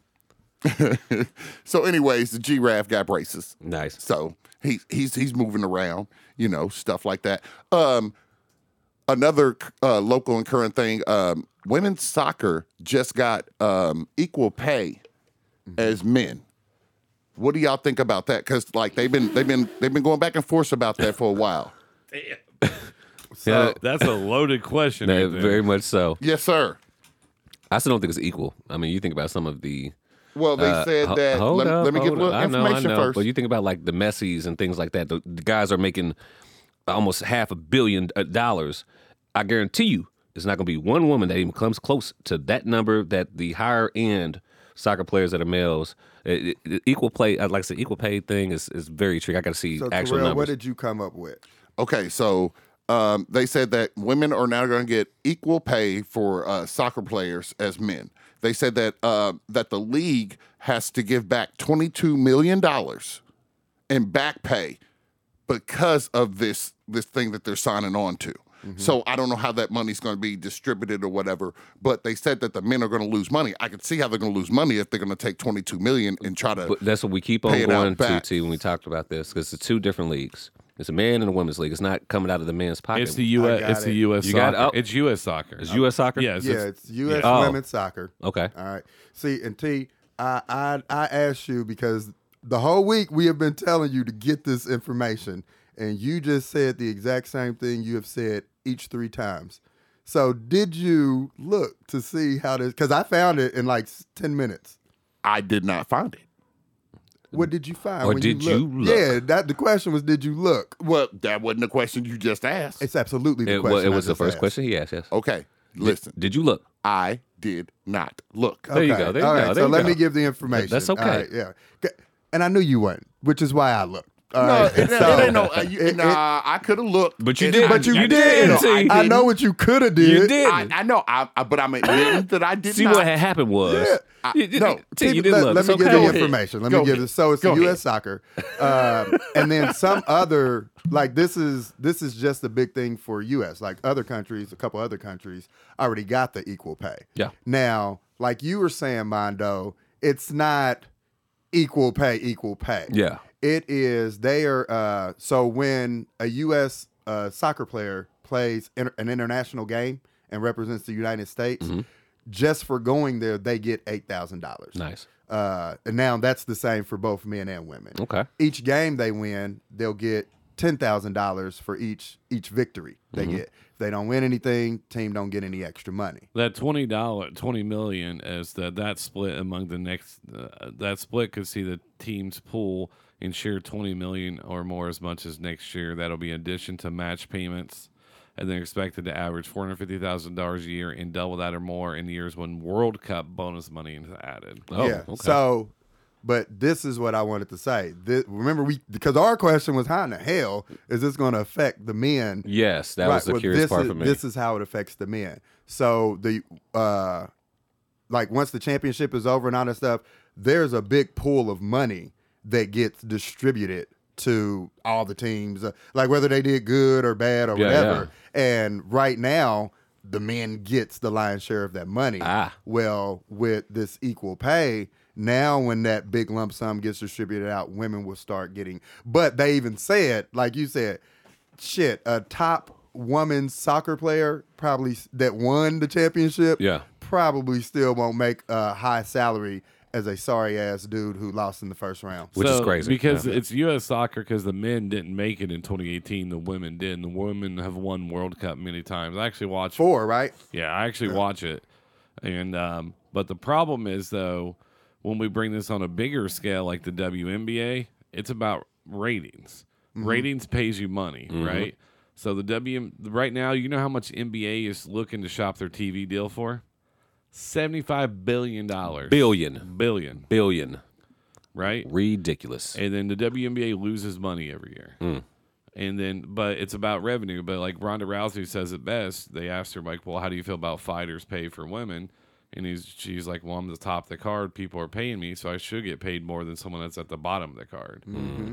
so anyways, the giraffe got braces. Nice. So he's he's he's moving around, you know, stuff like that. Um, another uh, local and current thing: um, women's soccer just got um, equal pay Mm-hmm. as men. What do y'all think about that? Because like they've been they've been they've been going back and forth about that for a *laughs* while. Yeah, That's a loaded question. no, right there. very much so. Yes, sir. I still don't think it's equal. I mean, you think about some of the. Well, they uh, said ho- that. hold Let, me- up, let me give a hold little up. I know, I information know. first. But you think about like the Messies and things like that. The, the guys are making almost half a billion uh, dollars. I guarantee you, it's not going to be one woman that even comes close to that number that the higher end soccer players that are males. It, it- it- equal play, uh, like I said, equal pay thing is, is very tricky. I got to see so, actual Terrell, what numbers. did you come up with? Okay, so um, they said that women are now going to get equal pay for uh, soccer players as men. They said that uh, that the league has to give back twenty two million dollars in back pay because of this this thing that they're signing on to. So I don't know how that money's going to be distributed or whatever, but they said that the men are going to lose money. I can see how they're going to lose money if they're going to take 22 million and try to But that's what we keep on Pay it out going to, back. T, when we talked about this, because it's two different leagues. It's a man and a women's league. It's not coming out of the men's pocket. It's the U.S. got It's the it. U.S. You got soccer. it? Oh. It's U.S. soccer. It's U.S. soccer? Uh, Yes. Yeah, it's- it's U.S. Oh. women's soccer. Okay. All right. See, and T, I I I asked you because the whole week we have been telling you to get this information, and you just said the exact same thing you have said each three times. So did you look to see how this? Because I found it in like s- ten minutes. I did not find it. What did you find? Or when did you looked? look? Yeah, that the question was, did you look? Well, that wasn't the question you just asked. It's absolutely the It, wa- question. it I was the just first asked. question he asked. Yes. okay, listen. Did you look? I did not look. There you go, there you All go, right. there so you let go. me give the information. That's All okay. right, yeah. Okay, And I knew you weren't, which is why I looked. All No, right, it, it *laughs* so- ain't no. Uh, you, it- nah, I could have looked, But you and did. I- But you I did, see. I, I didn't. know what you could have did. You did. I, I know. I, I but I'm admitting that I did See not. what had happened was. I- You- you- no, T, you People- didn't let, look. let It's me okay. give you ahead. information. Let Go me give ahead. this. So it's Go the ahead. U.S. soccer, um, and then some other like this is this is just a big thing for U.S. Like other countries, a couple other countries already got the equal pay. Yeah. Now, like you were saying, Mondo, it's not equal pay, equal pay. Yeah. It is. They are. Uh, so when a U.S. Uh, soccer player plays inter- an international game and represents the United States, just for going there, they get eight thousand dollars. Nice. Uh, and now that's the same for both men and women. Okay. Each game they win, they'll get ten thousand dollars for each each victory they get. If they don't win anything, team don't get any extra money. That twenty dollar, twenty million is that that split among the next uh, that split could see the teams pool and share twenty million or more as much as next year. That'll be in addition to match payments, and they're expected to average four hundred fifty thousand dollars a year and double that or more in years when World Cup bonus money is added. Oh, yeah. okay. So, but this is what I wanted to say. This, remember, we because our question was how in the hell is this going to affect the men? yes, that was the well, curious this part is, for me. This is how it affects the men. So the uh, like once the championship is over and all that stuff, there's a big pool of money that gets distributed to all the teams, uh, like whether they did good or bad or Yeah, whatever. And right now, the men gets the lion's share of that money. Ah. Well, with this equal pay, now when that big lump sum gets distributed out, women will start getting. But they even said, like you said, shit, a top woman soccer player probably s- that won the championship, Yeah. probably still won't make a high salary as a sorry ass dude who lost in the first round. which is crazy. because Yeah. it's U.S. soccer because the men didn't make it in 2018. The women did. And the women have won World Cup many times. I actually watched. Four, right? Yeah, I actually watch it. And um, but the problem is though, when we bring this on a bigger scale like the WNBA, it's about ratings. Ratings pays you money, right? So the W right now, you know how much NBA is looking to shop their TV deal for? Seventy-five billion dollars. billion, Billion, billion, right? ridiculous. And then the WNBA loses money every year. And then, but it's about revenue. But like Ronda Rousey says it best. They asked her like, "Well, how do you feel about fighters pay for women?" And he's she's like, "Well, I'm the top of the card. People are paying me, so I should get paid more than someone that's at the bottom of the card."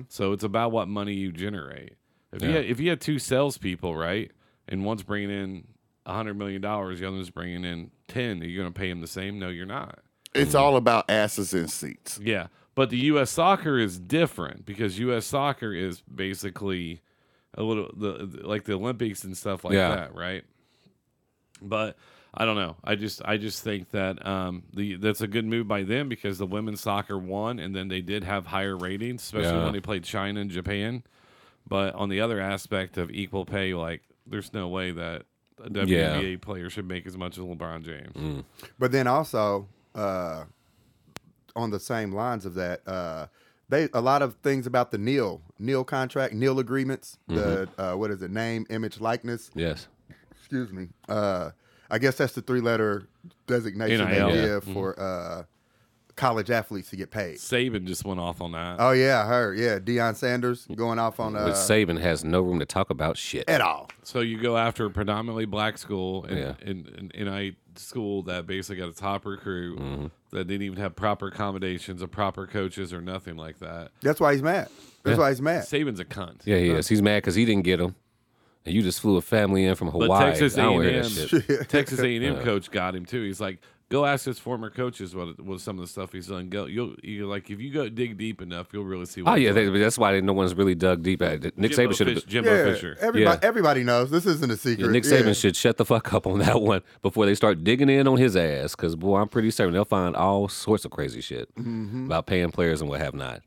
So it's about what money you generate. If you had, if you had two salespeople, right, and one's bringing in a hundred million dollars, the other's bringing in ten, are you going to pay them the same? No, you're not. It's all about asses and seats. Yeah, but the U.S. soccer is different because U.S. soccer is basically a little the, the- like the Olympics and stuff like Yeah. that, right? But I don't know. I just I just think that um, the that's a good move by them because the women's soccer won and then they did have higher ratings, especially Yeah. when they played China and Japan. But on the other aspect of equal pay, like there's no way that a WNBA player should make as much as LeBron James. Mm. But then also, uh, on the same lines of that, uh, they a lot of things about the Neil Neil contract, Neil agreements. The uh, what is it? Name, image, likeness. Yes. excuse me. Uh, I guess that's the three letter designation NIL. they Yeah. give for uh, college athletes to get paid. Saban just went off on that. Oh yeah, her yeah, Deion Sanders going off on But uh, eh. Saban has no room to talk about shit. at all. So you go after a predominantly black school and Yeah. and, and, and I school that basically got a top recruit Mm-hmm. that didn't even have proper accommodations or proper coaches or nothing like that. That's why he's mad. That's why he's mad. Saban's a cunt. Yeah, he is. He's mad because he didn't get him, and you just flew a family in from Hawaii. But Texas I A don't and hear that shit. M, Texas A and M coach got him too. He's like, go ask his former coaches what what some of the stuff he's done. Go, you'll you're like if you go dig deep enough, you'll really see. What Oh he's yeah, done. they, that's why no one's really dug deep at it. Nick Jimbo Saban should have. Fish- Jimbo Yeah, eh, Fisher. everybody, Yeah. everybody knows this isn't a secret. Yeah, Nick Saban Yeah. should shut the fuck up on *laughs* that one before they start digging in on his ass. Because boy, I'm pretty certain they'll find all sorts of crazy shit about paying players and what have not.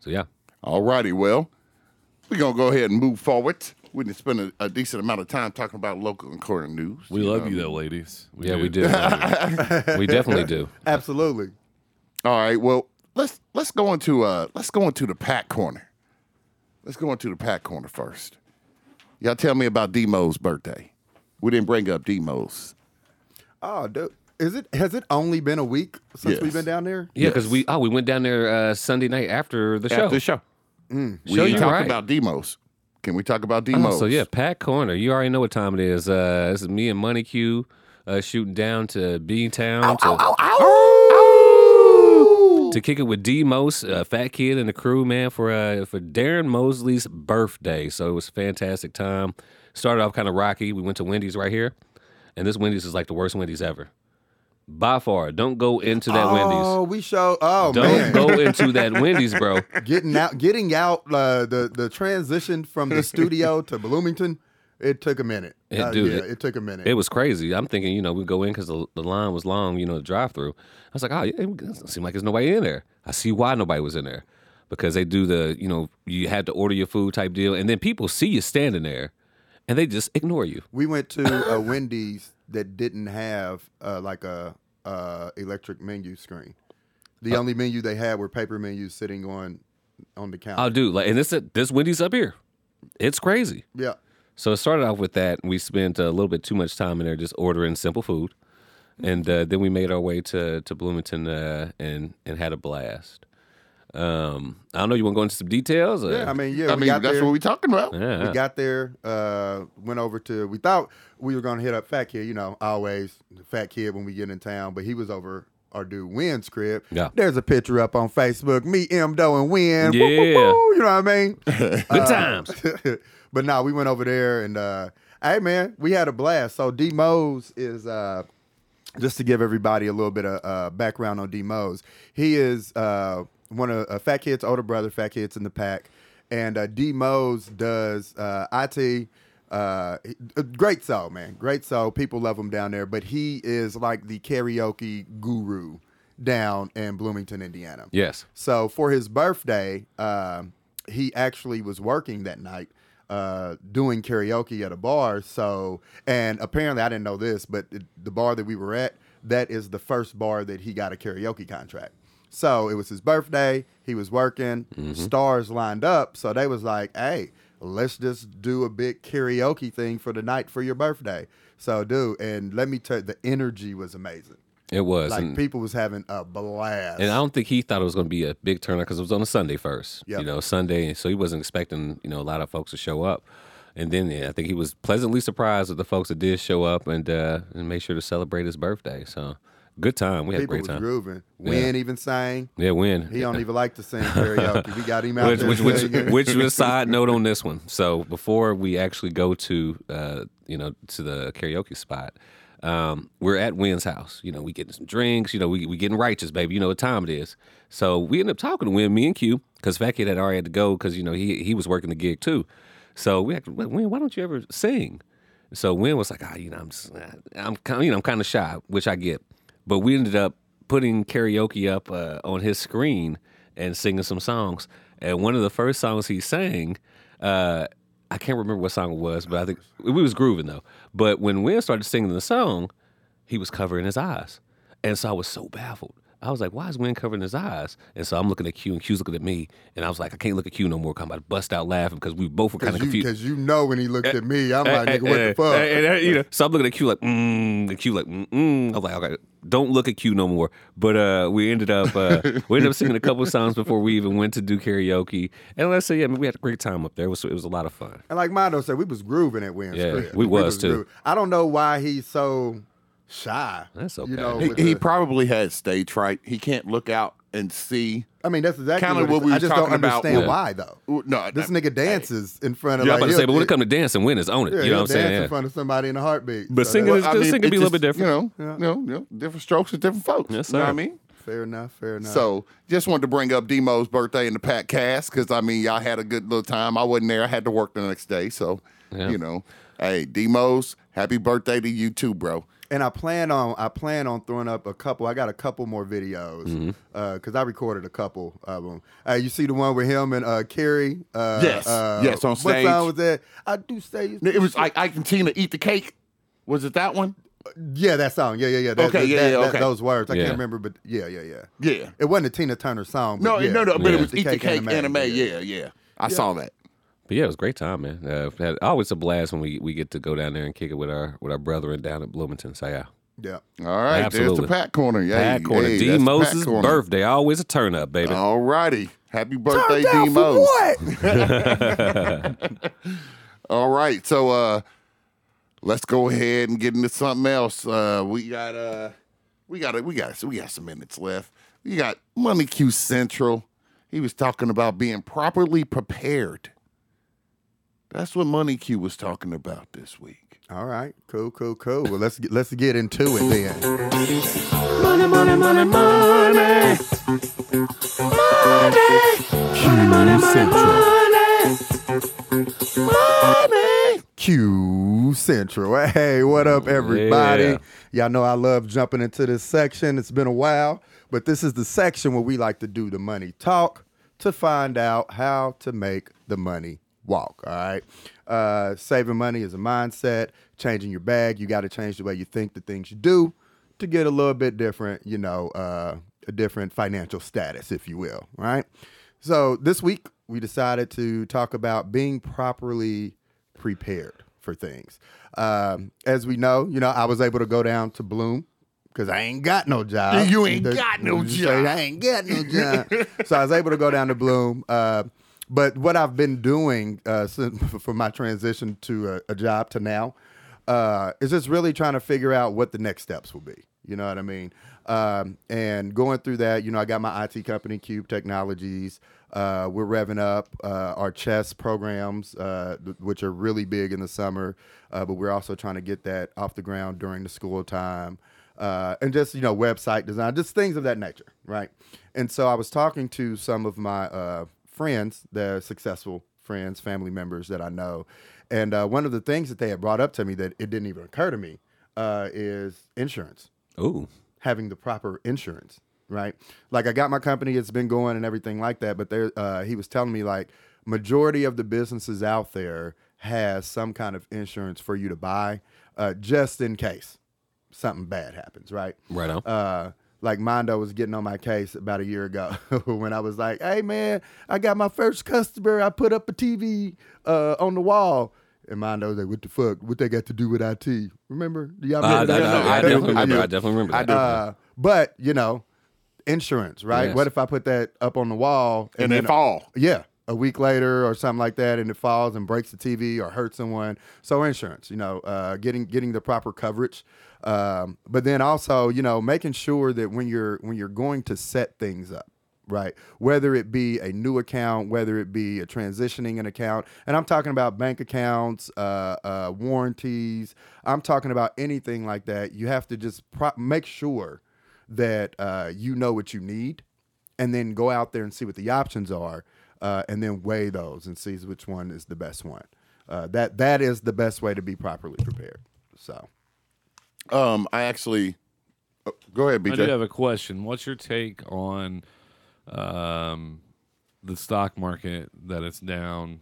So yeah. All righty, well, we're going to go ahead and move forward. We didn't spend a, a decent amount of time talking about local and current news. We love you though, ladies. yeah, we do. we definitely do. Absolutely. All right, well, let's let's go into uh let's go into the pack corner. Let's go into the pack corner first. Y'all tell me about Demo's birthday. We didn't bring up Demo's. Oh, dude. Is it has it only been a week since Yes. we've been down there? Yeah, because we oh we went down there uh, Sunday night after the show. After the show. Mm. We Show didn't you talk right. about Demos. Can we talk about Demos? Oh, so yeah, Pat Corner. You already know what time it is. Uh, this is me and Money Q uh, shooting down to B Town to, Oh! to kick it with D Mose, uh, Fat Kid, and the crew, man, for uh, for Darren Mosley's birthday. So it was a fantastic time. Started off kind of rocky. We went to Wendy's right here, and this Wendy's is like the worst Wendy's ever, by far. Don't go into that Oh, Wendy's. we show. Oh Don't man, go into that Wendy's, bro. *laughs* getting out, getting out uh, the the transition from *laughs* the studio to Bloomington, it took a minute. It- Uh, dude, yeah, it- it, took a minute. It was crazy. I'm thinking, you know, we go in because the, the line was long, you know, the drive through. I was like, oh, yeah, it doesn't seem like there's nobody in there. I see why nobody was in there because they do the, you know, you had to order your food type deal. And then people see you standing there and they just ignore you. we went to a Wendy's that didn't have uh, like a uh, electric menu screen. The Uh, only menu they had were paper menus sitting on on the counter. I'll do Oh, like, and this, this Wendy's up here. It's crazy. yeah, So it started off with that. We spent a little bit too much time in there just ordering simple food, and uh, then we made our way to to Bloomington uh, and and had a blast. Um, I don't know. You want to go into some details? Or? I mean, yeah, I Oh! we mean, got that's there. what we're talking about. yeah. We got there, uh, went over to. We thought we were gonna hit up Fat Kid. You know, always the Fat Kid when we get in town, but he was over our dude Wynn's crib. Yeah. There's a picture up on Facebook. Me, M, Doe, and Win. Yeah. you know what I mean? *laughs* good times. *laughs* but no, we went over there and uh, hey man, we had a blast. So D Mose is uh, just to give everybody a little bit of uh, background on D Mose. He is uh, one of uh, Fat Kid's older brother, Fat Kid's in the pack, and uh, D Mose does uh, IT. Uh, he- a great soul, man. Great soul. People love him down there, but he is like the karaoke guru down in Bloomington, Indiana. Yes. So for his birthday, um, he actually was working that night, uh, doing karaoke at a bar. So and apparently I didn't know this, but it- the bar that we were at, that is the first bar that he got a karaoke contract. So it was his birthday. He was working. Stars lined up. So they was like, "Hey, let's just do a big karaoke thing for the night for your birthday." So, dude, and let me tell you, the energy was amazing. It was, Like and, people was having a blast. and I don't think he thought it was going to be a big turnout because it was on a Sunday first. Yeah. You know, Sunday, so he wasn't expecting you know a lot of folks to show up. And then yeah, I think he was pleasantly surprised with the folks that did show up and uh, and made sure to celebrate his birthday. So good time. We had a people great was time. grooving. Wynn even sang. Yeah, win. He don't even like *laughs* to sing karaoke. We got him out which there which which, singing. which was side note on this one. So before we actually go to uh, you know to the karaoke spot, um, we're at Wynn's house. You know, we getting some drinks. You know, we we getting righteous, baby. You know what time it is. So we end up talking to Wynn, me and Q, because Fat Kid had already had to go because you know he he was working the gig too. So we act, Wynn, why don't you ever sing? So Wynn was like, ah, you know, I'm just, I'm kind you know I'm kind of shy, which I get. But we ended up putting karaoke up uh, on his screen and singing some songs. And one of the first songs he sang, uh, I can't remember what song it was, but I think we was grooving though. But when Wynn started singing the song, he was covering his eyes. And so I was so baffled. I was like, why is Wynn covering his eyes? And so I'm looking at Q and Q's looking at me. And I was like, I can't look at Q no more. 'cause I'm about to bust out laughing because we both were kind of Because you, confused. *laughs* 'cause you know when he looked at me, I'm *laughs* like, Eh, nigga, what eh, the fuck? eh, eh, eh, you know, so I'm looking at Q like, mm, and Q like, mm, mm. I'm like, okay, don't look at Q no more. But uh, we ended up uh, we ended up singing a couple of songs before we even went to do karaoke. And let's say, yeah, I mean, we had a great time up there. It was it was a lot of fun. And like Mondo said, we was grooving at Wynn's Yeah, crib. we was too. grooving. I don't know why he's so shy. That's okay. You know, He, with he the- probably had stage fright. He can't look out and see. I mean, that's exactly kinda what, it what is. we I was just don't talking about understand with- why though. Ooh, No, This I- nigga dances in front of Yeah, I'm like about to say, he'll- but when it comes to dancing, win is on it. yeah, you know he'll what I'm saying? dance Yeah. in front of somebody in a heartbeat. But So singing that's is- this thing could it be a little bit just, different. You know, you know, you know, different strokes with different folks. Yes, You know sir. what I mean? fair enough. Fair enough. So just wanted to bring up Demo's birthday in the pack cast because I mean y'all had a good little time. I wasn't there. I had to work the next day, so you know, hey Demo's, happy birthday to you too, bro. and I plan on I plan on throwing up a couple. I got a couple more videos Mm-hmm. because I recorded a couple of them. Uh, you see the one with him and uh, Carrie? Uh, Yes. uh, Yes, on What stage. song was that? I do say It was like I can Tina eat the cake. Was it that one? yeah, that song. Yeah, yeah, yeah. That- Okay, that- yeah, that- yeah, that- okay. Those words I Yeah. can't remember, but yeah, yeah, yeah. Yeah. It wasn't a Tina Turner song. No, but yeah. no, no. But Yeah. it was eat the cake anime. Yeah, yeah. I saw that. But yeah, it was a great time, man. Uh, had, always a blast when we, we get to go down there and kick it with our with our brethren down at Bloomington. So yeah, yeah. All right, there's Absolutely. the Pat Corner. Yay, Pat Corner, yay, D that's Pat Moses' Corner. Uh, birthday, always a turn up, baby. All righty. Happy Turned birthday, down D for Mose. what? *laughs* All right. So uh let's go ahead and get into something else. Uh we got uh we got it we got we got some minutes left. We got Money Q Central. He was talking about being properly prepared. That's what Money Q was talking about this week. All right, cool, cool, cool. Well, let's get, let's get into it then. Money, money, money, money, money, money, Q Central. Hey, what up, everybody? Yeah. Y'all know I love jumping into this section. It's been a while, but this is the section where we like to do the money talk to find out how to make the money walk. All right. Uh, saving money is a mindset, changing your bag. You got to change the way you think the things you do to get a little bit different, you know, uh, a different financial status, if you will. Right. So this week, we decided to talk about being properly prepared for things. Um, as we know, you know, I was able to go down to Bloom because I ain't got no job. You ain't got no You say, job. I ain't got no job. so I was able to go down to Bloom. Uh, but what I've been doing uh, since *laughs* for my transition to a, a job to now uh, is just really trying to figure out what the next steps will be. You know what I mean? Um, and going through that, you know, I got my IT company, Cube Technologies. Uh, we're revving up uh, our chess programs, uh, th- which are really big in the summer, uh, but we're also trying to get that off the ground during the school time. Uh, and just you know, website design, just things of that nature, right? And so I was talking to some of my uh, friends, they're successful friends, family members that I know. And uh, one of the things that they had brought up to me that it didn't even occur to me uh, is insurance, Ooh, having the proper insurance, right? Like I got my company, it's been going and everything like that. But there, uh, he was telling me like majority of the businesses out there has some kind of insurance for you to buy uh, just in case something bad happens, right? right on. uh, like Mondo was getting on my case about a year ago *laughs* when I was like, "Hey man, I got my first customer. I put up a TV uh, on the wall." And Mondo was like, "What the fuck? What they got to do with IT? Remember? Do y'all I, Uh, I, I, remember *laughs* that? I Yeah. definitely remember. Yeah. I definitely remember. That. Uh, but you know, insurance, right? Yes. What if I put that up on the wall And, then uh, if all yeah, a week later or something like that, and it falls and breaks the TV or hurts someone. So insurance, you know, uh, getting getting the proper coverage, um, but then also you know making sure that when you're when you're going to set things up, right? Whether it be a new account, whether it be a transitioning an account, and I'm talking about bank accounts, uh, uh, warranties. I'm talking about anything like that. You have to just pro- make sure that uh, you know what you need and then go out there and see what the options are, uh, and then weigh those and see which one is the best one. Uh, that that is the best way to be properly prepared. So um I actually oh, go ahead, I do BJ. have a question. What's your take on um, the stock market that it's down,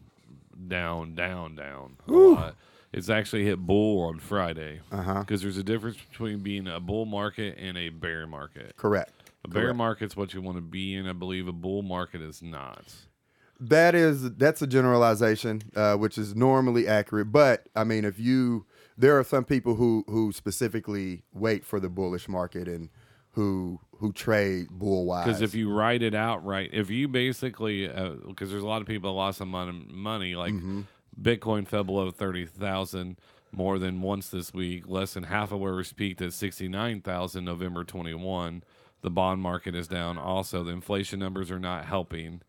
down, down, down a lot? It's actually hit bull on Friday because there's a difference between being a bull market and a bear market. correct. A bear market's what you want to be in. I believe a bull market is not. That is that's a generalization, uh, which is normally accurate. But I mean, if you there are some people who who specifically wait for the bullish market and who who trade bull wise. Because if you write it out right, if you basically, because there's a lot of people that lost some mon- money, like Bitcoin fell below 30,000 more than once this week, less than half of where it peaked at 69,000 November 21. The bond market is down also. The inflation numbers are not helping.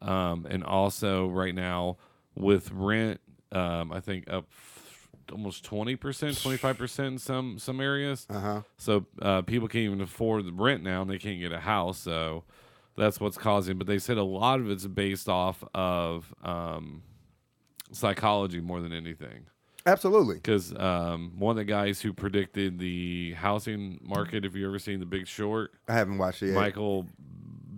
Um, and also, right now, with rent, um, I think up f- almost 20%, 25% in some, some areas. Uh-huh. So uh, people can't even afford the rent now and they can't get a house. So that's what's causing. But they said a lot of it's based off of um, psychology more than anything. Absolutely. because um, one of the guys who predicted the housing market, if you ever seen The Big Short, I haven't watched it yet. Michael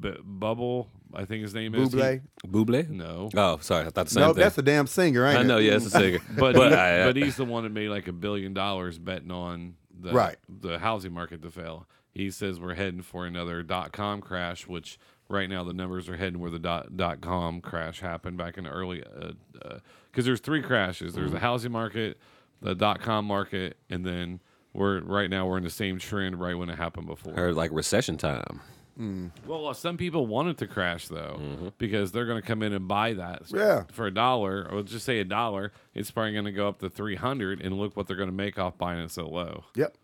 B- Bubble, I think his name is. he- Bublé. Buble? no, Oh, sorry. I thought the same Nope, thing. that's a damn singer, ain't I it? know, yeah, it's a singer. but but, he- I, uh, but he's the one that made like a billion dollars betting on the Right. the housing market to fail. He says we're heading for another dot com crash, which right now the numbers are heading where the dot dot com crash happened back in the early because uh, because there's three crashes. There's Mm-hmm. the housing market, the dot com market, and then we're right now we're in the same trend right when it happened before. heard like recession time. Well, uh, some people want it to crash though Mm-hmm. because they're going to come in and buy that s- Yeah. for a dollar, or just say a dollar. It's probably going to go up to three hundred, and look what they're going to make off buying it so low. Yep.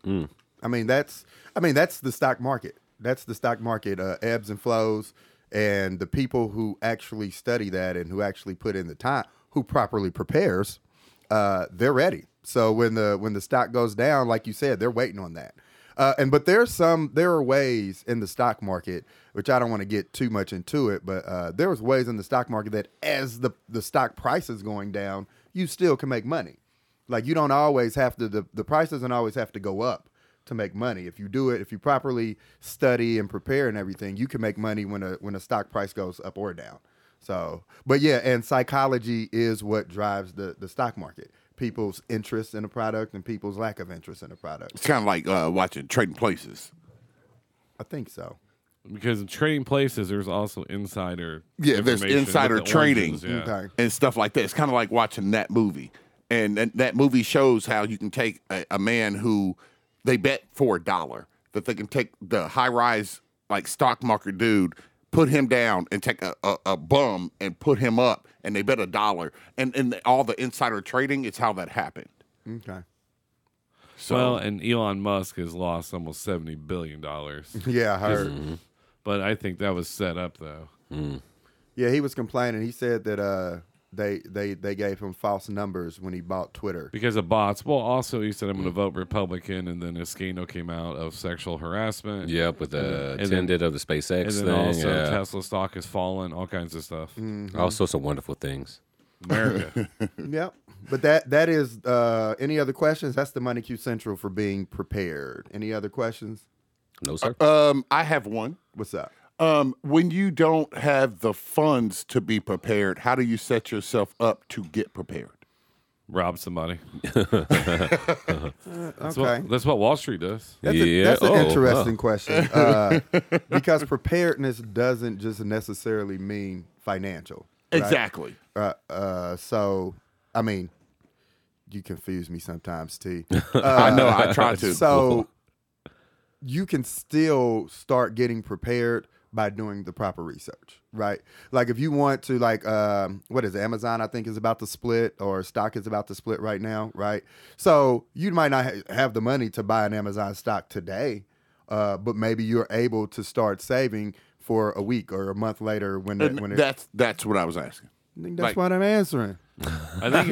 I mean that's I mean that's the stock market. That's the stock market uh, ebbs and flows, and the people who actually study that and who actually put in the time, who properly prepares, uh, they're ready. So when the when the stock goes down, like you said, they're waiting on that. Uh, and but there's some there are ways in the stock market which I don't want to get too much into it, but uh, there was ways in the stock market that as the the stock price is going down, you still can make money. Like you don't always have to the, the price doesn't always have to go up to make money. If you do it, if you properly study and prepare and everything, you can make money when a when a stock price goes up or down. So but yeah, and psychology is what drives the the stock market. People's interest in a product and people's lack of interest in a product. It's kind of like uh, watching Trading Places. I think so. Because in trading places, there's also insider. Yeah, there's information with insider the trading. oranges, yeah. Okay. and stuff like that. It's kind of like watching that movie, and that, that movie shows how you can take a, a man who they bet for a dollar that they can take the high rise like stock market dude, put him down, and take a, a, a bum and put him up, and they bet a dollar, and and all the insider trading. It's how that happened. Okay. So Well, and Elon Musk has lost almost seventy billion dollars, *laughs* Yeah, I heard. but I think that was set up though. Yeah, he was complaining. He said that uh they they they gave him false numbers when he bought Twitter. because of bots. Well, also he said I'm going to vote Republican, and then a scandal came out of sexual harassment. Yep, with the And then- attendant of the SpaceX and then thing. also yeah. Tesla stock has fallen, all kinds of stuff. Mm-hmm. All sorts of wonderful things. America, Yep. But that that is uh any other questions? That's the Money Q Central for being prepared. Any other questions? No, sir. um, I have one. What's up? Um, when you don't have the funds to be prepared, how do you set yourself up to get prepared? rob somebody. That's, okay. what, that's what Wall Street does. That's, a, Yeah, that's an oh, huh. interesting question uh, because preparedness doesn't just necessarily mean financial. right? Exactly. Uh, uh, so, I mean, you confuse me sometimes, T. Uh, I know. I try to. *laughs* *laughs* So you can still start getting prepared by doing the proper research, right? Like if you want to, like, um, what is it? Amazon? I think is about to split, or stock is about to split right now, right? So you might not ha- have the money to buy an Amazon stock today, uh, but maybe you're able to start saving for a week or a month later when it, And when it, that's that's what I was asking. I think that's like- what I'm answering. I *laughs* think Yeah, that,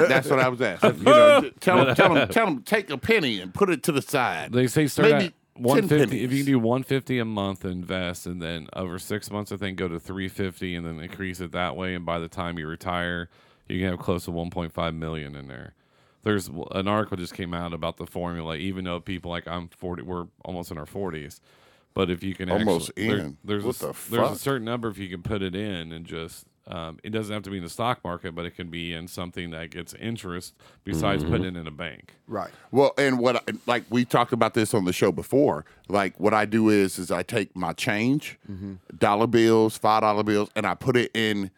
that- that's what I was asking. You know, tell them, tell them, tell them, take a penny and put it to the side. they say start Maybe at 150. 10 If you can do 150 a month, invest, and then over six months, I think go to 350, and then increase it that way. And by the time you retire, you can have close to 1.5 million in there. There's w- an article just came out about the formula. Even though people like I'm 40, we're almost in our 40s, but if you can Almost actually, there- in. there's a What s- the there's a fuck? certain number if you can put it in and just. Um, it doesn't have to be in the stock market, but it can be in something that gets interest Mm-hmm. besides putting it in a bank. Right. Well, and what I, like we talked about this on the show before. Like what I do is is I take my change, dollar bills, five dollar bills, and I put it in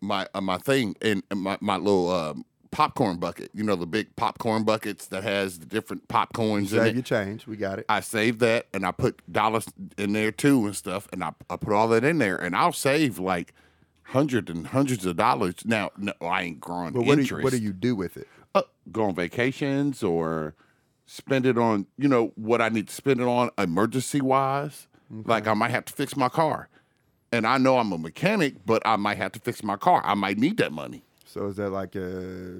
my uh, my thing in in my my little um, popcorn bucket. You know the big popcorn buckets that has the different popcorns in Save it. your change. We got it. I save that and I put dollars in there too and stuff, and I, I put all that in there, and I'll save like hundreds and hundreds of dollars. Now, no, I ain't growing But what do, interest. you, what do you do with it? Uh, go on vacations or spend it on you know what I need to spend it on emergency wise. Like I might have to fix my car, and I know I'm a mechanic, but I might have to fix my car. I might need that money. So is that like a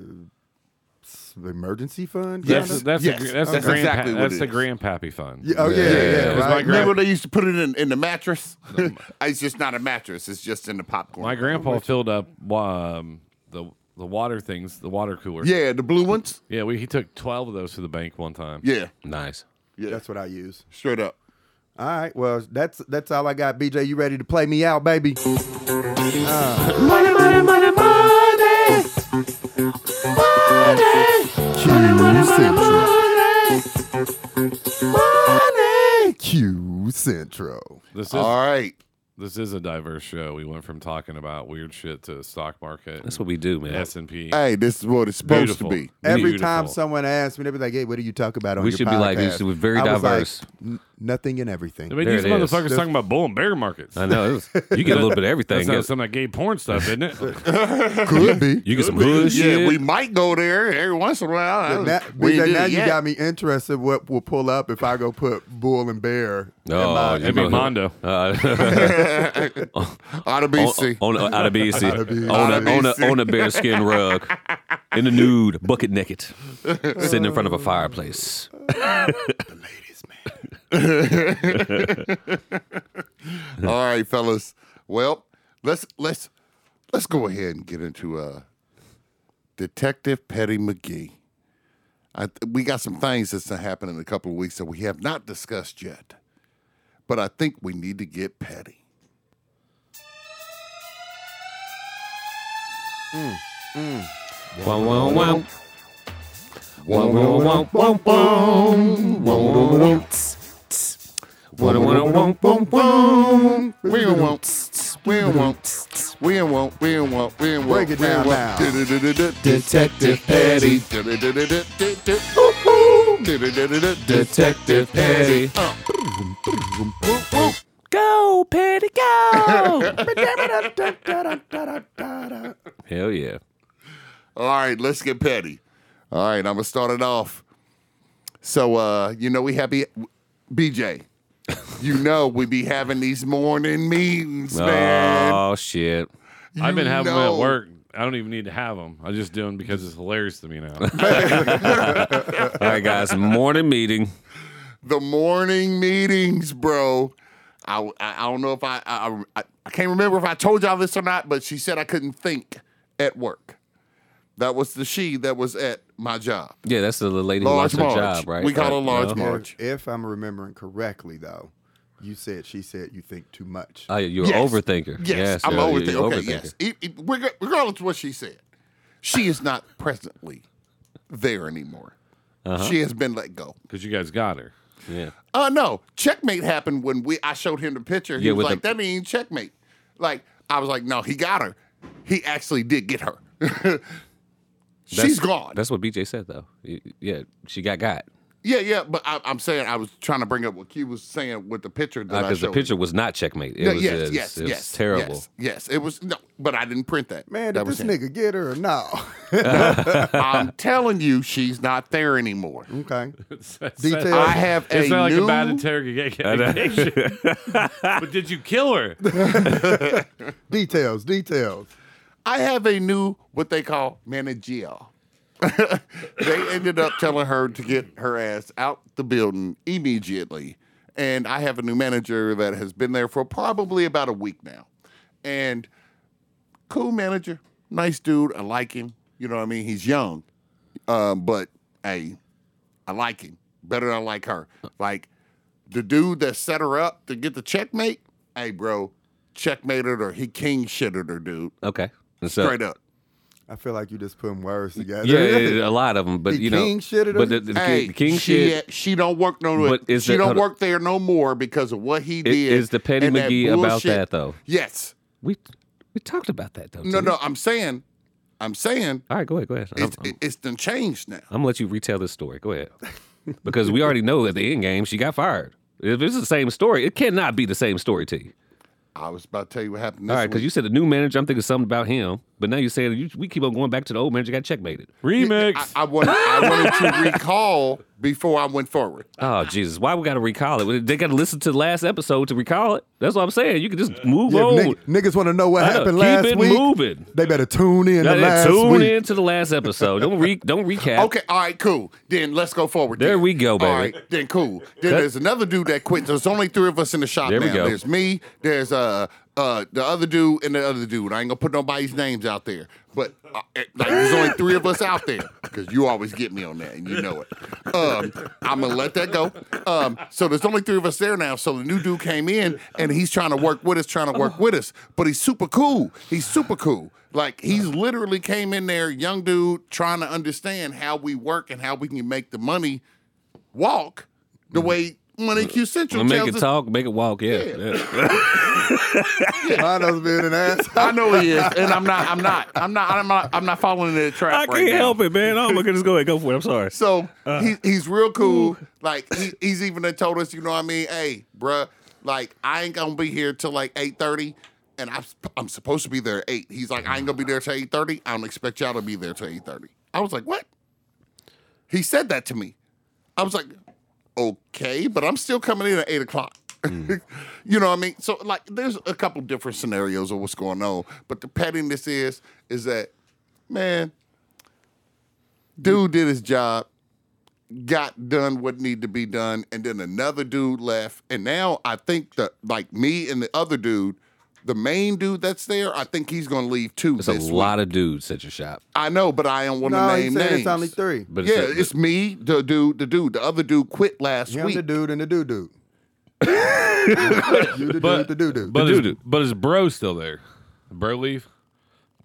s- emergency fund? Yes. kinda? That's that's, Yes. the, gr- that's, That's the grandpa- exactly what that's it the is. grandpappy fund. Yeah, oh yeah, yeah. Yeah. right. my Remember they used to put it in, in the mattress. *laughs* it's just not a mattress. It's just in the popcorn. My grandpa filled up um, the the water things, the water cooler. Yeah, the blue ones. Yeah, we, he took 12 of those to the bank one time. Yeah, Nice. yeah. That's what I use. Straight up. All right. Well, that's that's all I got. BJ, you ready to play me out, baby? Uh. Q Central. Money. Q Central. This is All right. this is a diverse show. We went from talking about weird shit to stock market, That's what we do, man. S and P. Hey, this is what it's supposed Beautiful. to be. Every Beautiful. time someone asks me, they be like, "Hey, what do you talk about on We your should be like, podcast?" this is very I was like, diverse. "N- nothing and everything. I mean, There these it is. motherfuckers talking about bull and bear markets. I know. it was- you get a little bit of everything. *laughs* That's You not get, some of that gay porn stuff, *laughs* isn't it? Could be. you get some hood yeah, shit. we might go there every once in a while. Now, Oh, we BJ, ain't did now it you yet. got me interested. What will pull up if I go put bull and bear? in Oh, my- you It'd be know- Mondo. Uh, *laughs* Out of Oh, BC. on, on, out of BC. BC. On, Out of a, on, BC. a, on a bearskin rug. In the nude, bucket naked. Sitting in front of a fireplace. All right, fellas. Well, let's let's let's go ahead and get into uh Detective Petty McGee. I th- we got some things that's gonna happen in a couple of weeks that we have not discussed yet, but I think we need to get petty. Wah, wah, wah. Wah, wah, wah, wah, wah. Wah, wah, wah, wah. Wah, wah, wah, wah, We don't want, we don't want, we don't want, we don't want, we don't want. Break it down now. Detective Petty. Detective Petty. Go, Petty, go! *laughs* Hell yeah. All right, let's get petty. All right, I'm gonna start it off. So, uh, you know, we happy, BJ. You know, we be having these morning meetings, man. Oh, shit. I've been You having them know. at work. I don't even need to have them. I just do them because it's hilarious to me *laughs* now. *laughs* All right, guys, morning meeting. The morning meetings, bro. I, I, I don't know if I I, I I can't remember if I told y'all this or not, but she said I couldn't think at work. That was the she that was at my job. Yeah, that's the lady who Large lost her March. job, right? We call her Right, Uh-huh. Large you know? March. If I'm remembering correctly, though, you said she said you think too much. Oh, yeah, you're an Yes. overthinker. Yes, I'm you're- overthinking. you're Okay, overthinker. yes. E- e- reg- regardless of what she said, she is not presently there anymore. Uh-huh. She has been let go. Because you guys got her. Yeah. Uh no, checkmate happened when we I showed him the picture. He Yeah, was with like, the- "That means checkmate." Like I was like, "No, he got her. He actually did get her. *laughs* She's gone." That's what BJ said, though. Y- Yeah, she got got. Yeah, yeah. But I, I'm saying I was trying to bring up what Q was saying with the picture that I Because showed. uh, the picture was not checkmate. It Yeah, was, yes, it was- yes, it was yes, terrible. Yes, yes, it was no, but I didn't print that. Man, that did this him. nigga get her or no? *laughs* I'm telling you, she's not there anymore. okay. *laughs* It's- it's- Detail. I have It's a not like new. a bad interrogation. *laughs* but did you kill her? *laughs* Details, details. I have a new what they call managerial. *laughs* they ended up telling her to get her ass out the building immediately. And I have a new manager that has been there for probably about a week now. And cool manager, nice dude. I like him. You know what I mean? He's young. Um, but hey, I like him better than I like her. Like the dude that set her up to get the checkmate, hey, bro, checkmated her. He king shitted her, dude. Okay. And so- Straight up. I feel like you just putting words together. *laughs* Yeah, *laughs* yeah, yeah, a lot of them, but He you know, king shitted but her? the, the, hey, king, the king she, uh, shit. She don't work no. But is she the- don't hold on. work there no more because of what he Is, did. the petty and that McGee about bullshit. that though? Yes. We we talked about that though. No, too. no. I'm saying, I'm saying, All right, go ahead, go ahead. I'm, it's it, it's done changed now. I'm gonna let you retell this story. Go *laughs* ahead, because we already know at the end game she got fired. If it's the same story, it cannot be the same story to you. I was about to tell you what happened. This All right, because you said the new manager. I'm thinking something about him, but now you're saying you, we keep on going back to the old manager got checkmated. Remix. *laughs* I, I wanted I wanted to recall before I went forward. Oh Jesus! Why we got to recall it? They got to listen to the last episode to recall it. That's what I'm saying. You can just move Yeah, on. nig- niggas want to know what I know. happened Keep last it week. moving. They better tune in. Now, to last tune week. in to the last episode. Don't re *laughs* don't recap. Okay, all right, cool. Then let's go forward. There then. we go, baby. All right, then cool. Then there's another dude that quit. There's only three of us in the shop There we now. go. There's me. There's uh uh the other dude and the other dude. I ain't gonna put nobody's names out there, but uh, eh, like there's only three of us out there because you always get me on that and you know it. Um, I'm gonna let that go. Um, so there's only three of us there now. So the new dude came in and he's trying to work with us, trying to work with us, but he's super cool. He's super cool. Like he's literally came in there, young dude, trying to understand how we work and how we can make the money walk the Mm-hmm. way Money Q Central make tells it us. talk, make it walk. Yeah, yeah. *laughs* Mine's been an ass. I know he is, and I'm not. I'm not. I'm not. I'm not. I'm not falling into the trap. I right can't now. help it, man. Oh my goodness, go ahead, go for it. I'm sorry. So he, he's real cool. Like he, he's even done told us, you know what I mean? Hey, bruh, like I ain't gonna be here till like eight thirty, and I'm sup- I'm supposed to be there at eight. He's like, I ain't gonna be there till eight thirty. I don't expect y'all to be there till eight thirty. I was like, what? He said that to me. I was like, okay, but I'm still coming in at eight o'clock. *laughs* you know what I mean? So like, there's a couple different scenarios of what's going on, but the pettiness is is that man, dude did his job, got done what needed to be done, and then another dude left. And now I think that like me and the other dude, the main dude that's there, I think he's gonna leave too. It's a this week. lot of dudes at your shop, I know, but I don't want no, to he name said names. it's only three. but yeah, it's, it's, me, the dude, the dude, the other dude quit last Him week. the dude and the doo doo. you the But- dude, the doo doo. But The is, dude. but is bro still there? Bro leave?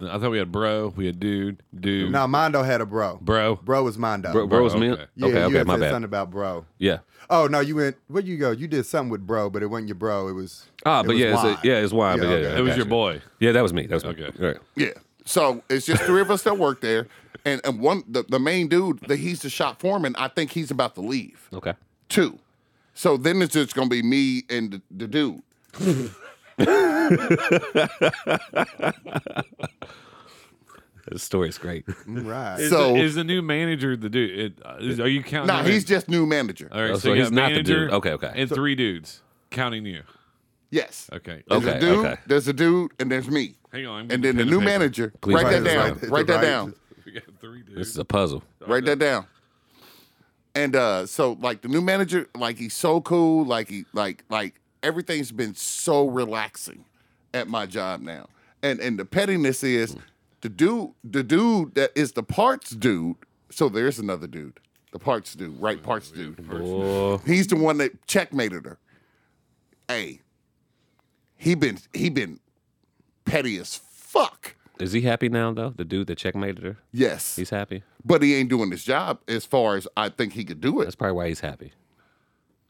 I thought we had bro. We had dude. Dude. now Mondo had a bro. Bro. Bro was Mondo. Mm-hmm. bro, bro was okay. me. Yeah, Okay, you okay, had my said bad. Something about bro. Yeah. Oh no, you went. Where you go? You did something with bro, but it wasn't your bro. It was. Ah, it but was yeah, it's wine. a, yeah, it's wine. but Yeah, yeah, okay. yeah, It was gotcha. your boy. Yeah, that was me. That was me. Okay. All right. Yeah. So it's just three of us that work there. And and one the, the main dude that he's the shop foreman, I think he's about to leave. Okay. Two. So then it's just gonna be me and the, the dude. This story is great. Mm, Right. Is So- the, is the new manager the dude? It, uh, is, are you counting? Nah, him he's in? just new manager. All right, Oh, so, so you he's got not the manager. dude. Okay, okay. And three dudes, counting you. Yes. Okay. There's Okay, a dude, okay. there's a dude, and there's me. Hang on, I'm Oh. And getting then the pen new and paper. manager. Please write that write this down. down. Write that Right. down. *laughs* We got three This is dudes. a puzzle. Write that down. And uh, so like the new manager, like he's so cool, like he like like everything's been so relaxing at my job now. And and the pettiness is the dude the dude that is the parts dude, so there's another dude. The parts dude, right parts dude. Oh, He's the one that checkmated her. Hey, he been he been petty as fuck. is he happy now though? The dude that checkmated her, Yes. he's happy. but he ain't doing his job as far as I think he could do it. That's probably why he's happy.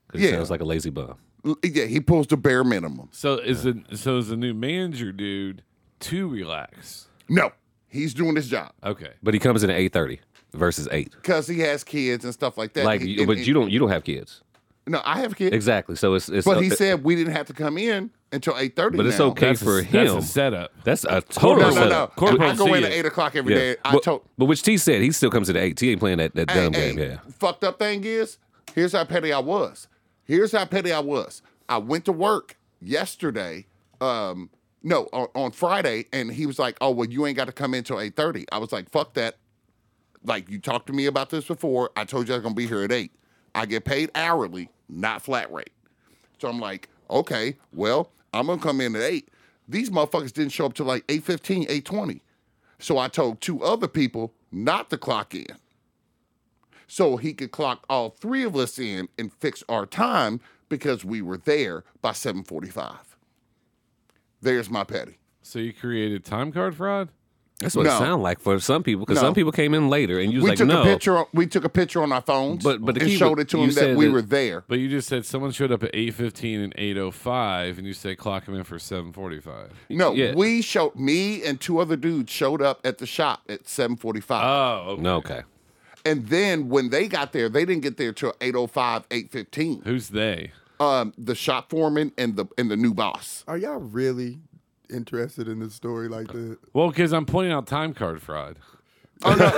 Because he Yeah. sounds like a lazy bum. L- Yeah, he pulls the bare minimum. So is the so is the new manager dude too relaxed? No, he's doing his job Okay. But he comes in at eight thirty versus eight. because he has kids and stuff like that. Like, He- you- and- but and- you don't you don't have kids. No, I have kids. Exactly. So it's it's. But uh, he uh, said we didn't have to come in until eight thirty. But it's okay That's for a, him. That's a setup. That's a No, total no, no, setup. no. Corporal I, I go in at sees. eight o'clock every Yeah. day. I but, told. but which T said he still comes in at eight. He ain't playing that, that dumb game. Yeah. Fucked up thing is, here's how petty I was. Here's how petty I was. I went to work yesterday. Um, no, on, on Friday, and he was like, "Oh, well, you ain't got to come in till 8.30. I was like, "Fuck that." Like you talked to me about this before. I told you I was gonna be here at eight. I get paid hourly, not flat rate. So I'm like, okay, well, I'm gonna come in at eight. These motherfuckers didn't show up till like 8.15, 8.20. So I told two other people not to clock in so he could clock all three of us in and fix our time because we were there by 7:45. There's my petty. So you created time card fraud? That's what it No. sounds like for some people. Because No. some people came in later and you was we like, took no. a picture. On, we took a picture on our phones, But- but the and key showed was- it to you him that said we that- were there. But you just said someone showed up at eight fifteen and eight oh five, and you said clock him in for seven forty five. No, yeah. we showed me and two other dudes showed up at the shop at 7:45. Uh. Oh, okay. No, okay. and then when they got there, they didn't get there till 8:05, 8:15. Who's they? Um, the shop foreman and the and the new boss. Are y'all really interested in this story like that? Well, because I'm pointing out time card fraud. Oh, no,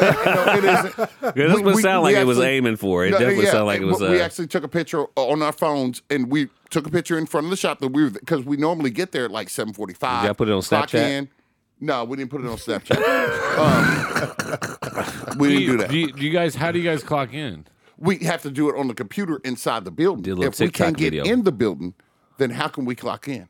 *laughs* no, it isn't. Yeah, that's We- what it we- sounded like we it was actually- aiming for. It No, definitely yeah, sounded like it was. We uh, actually took a picture on our phones, and we took a picture in front of the shop that we were because we normally get there at like seven forty-five. Did y'all put it on clock Snapchat? in. No, we didn't put it on Snapchat. *laughs* um, we Do didn't you, do that. do you- do you guys? How do you guys clock in? we have to do it on the computer inside the building. Did a little if we TikTok can't get video. in the building, then how can we clock in?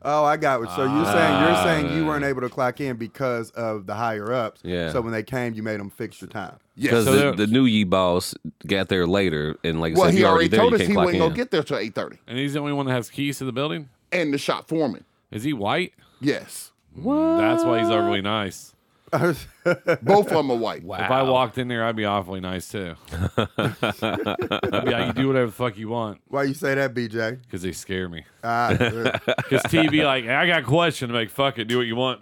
Oh, I got what. So you're saying you're saying you weren't able to clock in because of the higher ups. Ah. Yeah. So when they came, you made them fix your time. Because So the, there- the new ye boss got there later, and like I Well, said, he you already already there. told You us can't he clock wasn't in. gonna get there till eight thirty, And he's the only one that has keys to the building. and the shop foreman. Is he white? Yes, That's why he's overly nice. both of them are white. If I walked in there, I'd be awfully nice too. I'd be like, you do whatever the fuck you want Why you say that, BJ? because they scare me. *laughs* Ah, Because TV, like, I got a question. I'm like, fuck it, do what you want.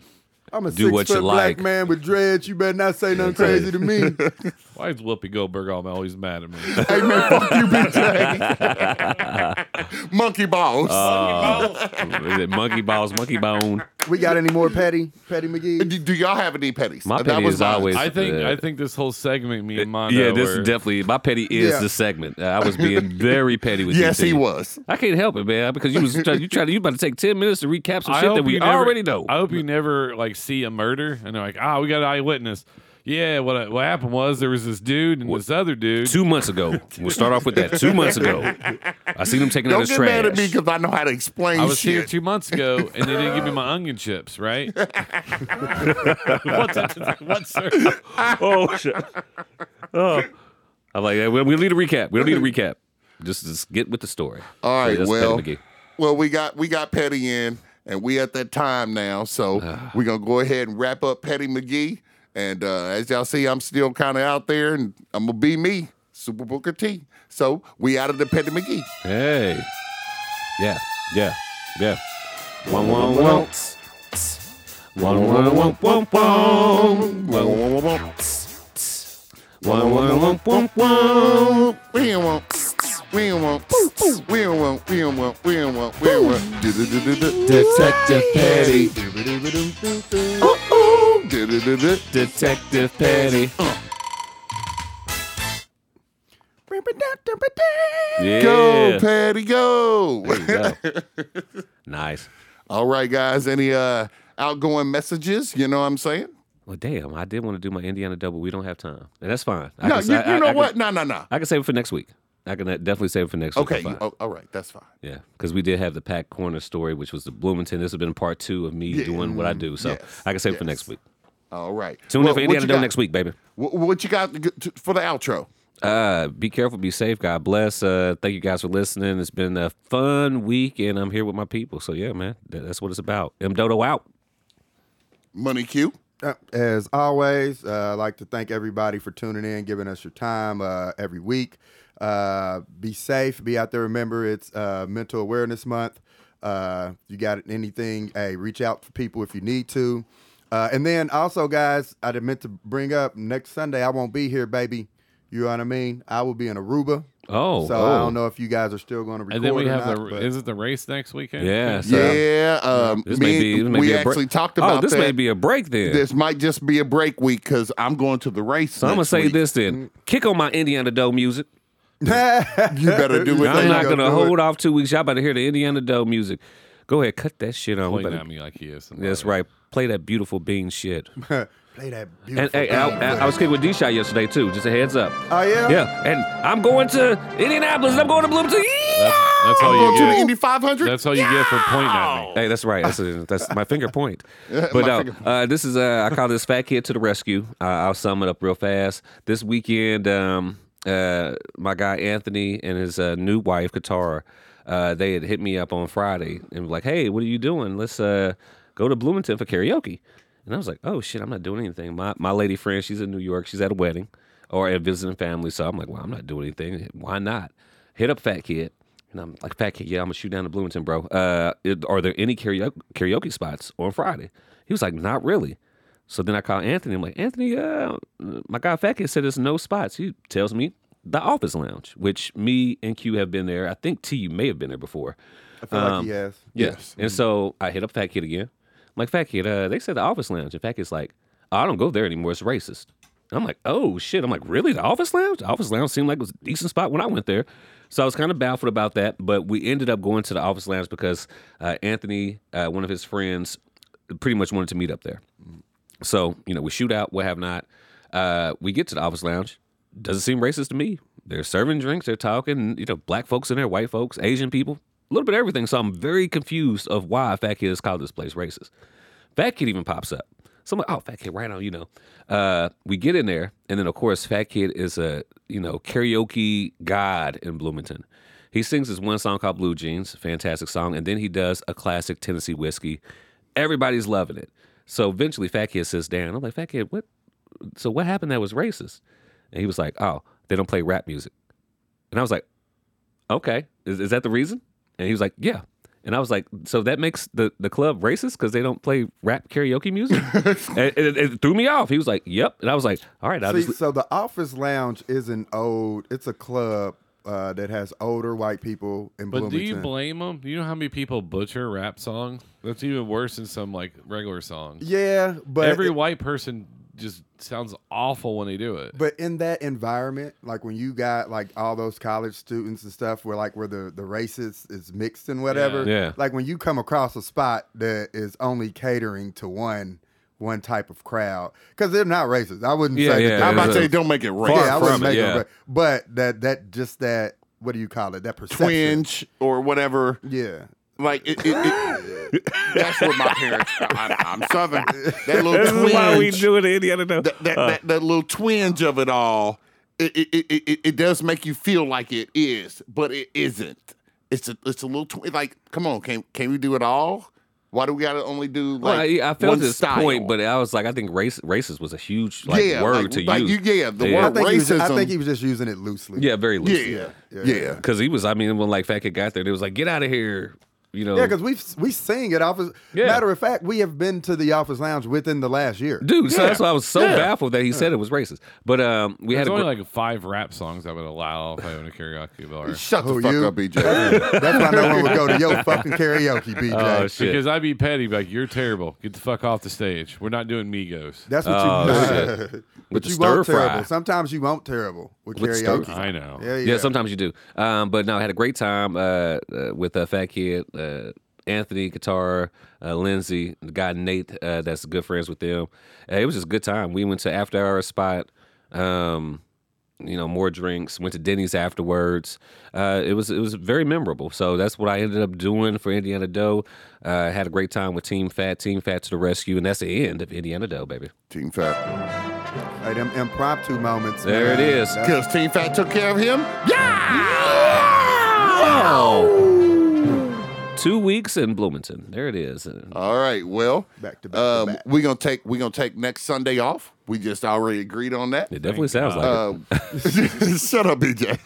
I'm a Do six what foot you black like. man with dreads. You better not say *laughs* nothing crazy to me. Why is Whoopi Goldberg always mad *laughs* at me? Hey man, fuck you, BJ. Monkey balls. Uh, Is it monkey balls, monkey *laughs* bone? we got any more petty, petty McGee? do, do y'all have any petties? My Uh, petty is mine. always- I think Uh, I think this whole segment, me and Mondo, Yeah, this were- is definitely my petty is Yeah. the segment. Uh, I *laughs* was being very petty with you. Yes, two. he was. I can't help it, man, because you was try, you trying to you about to take ten minutes to recap some I shit that hope we you never- already know. I hope you never like see a murder and they're like, ah, we got an eyewitness. Yeah, what what happened was there was this dude and this other dude. Two months ago, we'll start off with that. Two months ago, I seen him taking out Don't his get trash. mad at me because I know how to explain I was here shit. two months ago and they didn't give me my onion chips, right? What's up? What's sir? oh shit! Oh, I'm like, yeah, we, we need a recap. We don't need a recap. Just, just get with the story. All right, Yeah, that's well, Petty McGee. well, we got we got Petty in, and we at that time now, so we're gonna go ahead and wrap up Petty McGee. And uh, as y'all see, I'm still kind of out there, and I'm gonna be me, Super Booker T. So we out of the Petty McGee. *laughs* Hey. Yeah. Yeah. Yeah. One one one. One one one one one. One one one one. One one one one one. We don't want, we don't want, we don't want, we don't want, we don't want, we don't want. Detective Petty. Ooh, ooh. Detective Petty. Yeah. Go, Patty, go. Go. nice. *laughs* All right, guys. Any uh outgoing messages? You know what I'm saying? Well, damn, I did want to do my Indiana double. We don't have time, and that's fine. I No, can- you, I- you I- know I can- what? No, no, no. I can save it for next week. I can uh, definitely save it for next Okay. week. I'm you- fine. oh, all right. That's fine. Yeah, because we did have the Pack Corner story, which was the Bloomington. This has been part two of me doing what I do, so Yes, I can save it for yes. next week. All right. Tune Well, in for what Indiana you Dough got- next week, baby. What, what you got to get to- for the outro? Uh, be careful, be safe. God bless. Uh, thank you guys for listening. It's been a fun week, and I'm here with my people. So yeah, man, that, that's what it's about. M Dodo out. Money Q. Uh, As always, uh, I'd like to thank everybody for tuning in, giving us your time uh, every week. Uh, be safe. Be out there. Remember, it's uh, Mental Awareness Month. Uh, you got anything? Hey, reach out to people if you need to. Uh, and then also, guys, I did meant to bring up next Sunday. I won't be here, baby. You know what I mean? I will be in Aruba. Oh, so I don't know if you guys are still going to record. And then we or have not, the but- *laughs* is it the race next weekend? Yeah, so Yeah. Um, This me- may be. This may we be a break. actually talked about Oh, this that. may be a break then. this might just be a break week because I'm going to the race. so I'm gonna next say week. this then. Kick on my Indiana Dough music. You better do it. I'm then. not go gonna do it. hold off two weeks. Y'all about to hear the Indiana Dough music. Go ahead, cut that shit on. We Pointing better- at me like he is. That's right. Play that beautiful bean *laughs* shit. Play that beautiful. And, hey, I, I- I was kicking with D Shot yesterday too. Just a heads up. Oh, yeah? Yeah. And I'm going to Indianapolis. and I'm going to Bloomington. That's, that's all I'm going you to the get. Indy 500. That's all you get for pointing at me. Hey, that's right. That's, *laughs* that's my finger point. But My no, finger uh, this is uh, I call this fat kid to the rescue. Uh, I'll sum it up real fast. This weekend, um, uh, my guy Anthony and his uh, new wife Katara, uh, they had hit me up on Friday and were like, "Hey, what are you doing? Let's uh, go to Bloomington for karaoke." And I was like, "Oh shit, I'm not doing anything." My my lady friend, she's in New York. She's at a wedding or at visiting family. So I'm like, "Well, I'm not doing anything. Why not?" Hit up Fat Kid. And I'm like, Fat Kid, yeah, I'm gonna shoot down to Bloomington, bro. Uh, it- are there any karaoke, karaoke spots on Friday? He was like, not really. So then I call Anthony. I'm like, Anthony, uh, my guy Fat Kid said there's no spots. He tells me the office lounge, which me and Q have been there. I think T, you may have been there before. I feel like he has. Yes. And so I hit up Fat Kid again. I'm like, Fat Kid, uh, they said the office lounge. And Fat Kid's like, I don't go there anymore. It's racist. I'm like, oh shit. I'm like, really? The office lounge? The office lounge seemed like it was a decent spot when I went there. So I was kind of baffled about that. But we ended up going to the office lounge because uh, Anthony, uh, one of his friends, pretty much wanted to meet up there. So, you know, we shoot out, what have not. Uh, we get to the office lounge. Doesn't seem racist to me. They're serving drinks, they're talking, you know, black folks in there, white folks, Asian people, a little bit of everything. So I'm very confused of why Fat Kid has called this place racist. Fat Kid even pops up. So I'm like, oh, Fat Kid, right on, you know. Uh, we get in there, and then of course, Fat Kid is a, you know, karaoke god in Bloomington. He sings this one song called Blue Jeans, fantastic song, and then he does a classic Tennessee whiskey. Everybody's loving it. So eventually, Fat Kid sits down. I'm like, Fat Kid, what? So what happened that was racist? And he was like, oh, they don't play rap music. And I was like, okay, is, is that the reason? And he was like, yeah. And I was like, so that makes the, the club racist because they don't play rap *laughs* karaoke music? and, and it, it threw me off. He was like, yep. And I was like, all right, I'll See, just. so the office lounge is an old. It's a club uh, that has older white people in But do Bloomington. you blame them? You know how many people butcher rap songs? That's even worse than some like regular song. yeah, but Every it- white person just sounds awful when they do it. But in that environment, like when you got like all those college students and stuff, where like where the the races is mixed and whatever, Yeah. Yeah. Like when you come across a spot that is only catering to one one type of crowd, because they're not racist. I wouldn't Yeah, say yeah, that I'm they're about yeah. to say, don't make it racist. right. yeah, I from wouldn't it, make yeah. them, ra- but that that just that what do you call it? That perception. Twinge or whatever. Yeah. Like it, it, it- that's what my parents. I'm, I'm *laughs* Southern. That little this twinge, is *laughs* why we do it in Indiana. though. that, that, Uh. that that little twinge of it all. It it, it, it it does make you feel like it is, but it isn't. It's a it's a little twinge. Like, come on, can can we do it all? Why do we gotta only do like Well, I, I felt one this style? point, but I was like, I think race, racist was a huge like word like, to like use. you- yeah, the Yeah. I word think, he was, racism. I think he was just using it loosely. yeah, very loosely. yeah, yeah, Because he was, I mean, when like Fat Kid got there, they was like, get out of here. You know, Yeah, because we we sing at office. Yeah. Matter of fact, we have been to the office lounge within the last year. dude. So that's why I was so Yeah. baffled that he said it was racist. But um, we There's had a only gr- like five rap songs I would allow if I owned a karaoke *laughs* bar. Shut Who, the fuck you? up, *laughs* BJ. That's why no one would go to *laughs* your fucking karaoke, BJ. oh shit. Because I'd be petty, like you're terrible. Get the fuck off the stage. We're not doing Migos. That's what Oh, *laughs* you. With the you stir want fry. terrible. Sometimes you want terrible with, With stir karaoke. I know. Yeah, yeah. yeah. sometimes you do. Um, but no, I had a great time uh, uh, with a fat kid, uh, Anthony, Katara, uh, Lindsay, the guy Nate uh, that's good friends with them. Uh, it was just a good time. We went to after hour spot. Um, you know, more drinks. Went to Denny's afterwards. Uh, it was it was very memorable. So that's what I ended up doing for Indiana Doe. Uh, had a great time with Team Fat, Team Fat to the rescue, and that's the end of Indiana Doe, baby. Team Fat. Hey, them impromptu moments. There man. it is. That's- Because Team Fat took care of him. Two weeks in Bloomington. There it Oh, is. All right. Well, Back to back to back. We're gonna take we're gonna take next Sunday off. We just already agreed on that. It definitely sounds like it. Uh, *laughs* *laughs* shut up, BJ.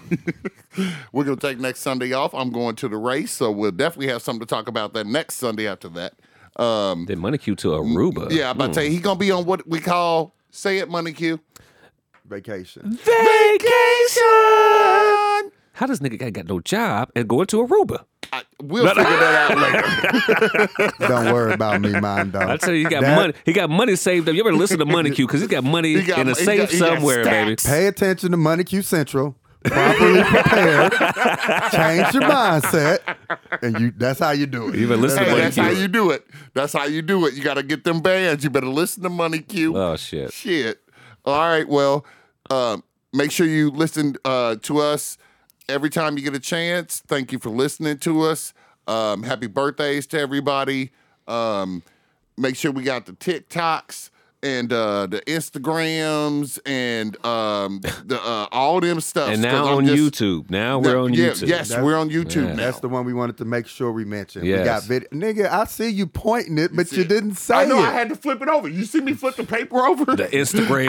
*laughs* we're gonna take next Sunday off. I'm going to the race, so we'll definitely have something to talk about that next Sunday after that. Um, Did money cue to Aruba? yeah, I'm about to tell you, he's gonna be on what we call say it money Q. Vacation. Vacation. How does nigga guy got no job and going to Aruba? I, we'll figure that out later. *laughs* Don't worry about me, mine, dog. I tell you, he got That- money. He got money saved up. You ever listen to Money Q because he's got money He got- in a he safe got- he got somewhere, baby. stacks. Pay attention to Money Q Central. Properly prepared. Change your mindset, and you—that's how you do it. You even listen Hey, to Money that's how Q. you do it. That's how you do it. You got to get them bands. You better listen to Money Q. Oh shit! Shit. All right. Well, um, make sure you listen uh, to us every time you get a chance. Thank you for listening to us. Um, happy birthdays to everybody. Um, make sure we got the TikToks and uh, the Instagrams and um, *laughs* the uh, all them stuff. And 'Cause now I'm on just- YouTube. Now we're on yeah, YouTube. Yes, That's- we're on YouTube now. That's the one we wanted to make sure we mentioned. We Yes. got video. Nigga, I see you pointing it, but you Shit. didn't say I know it. I had to flip it over. You see me flip the paper over? The Instagrams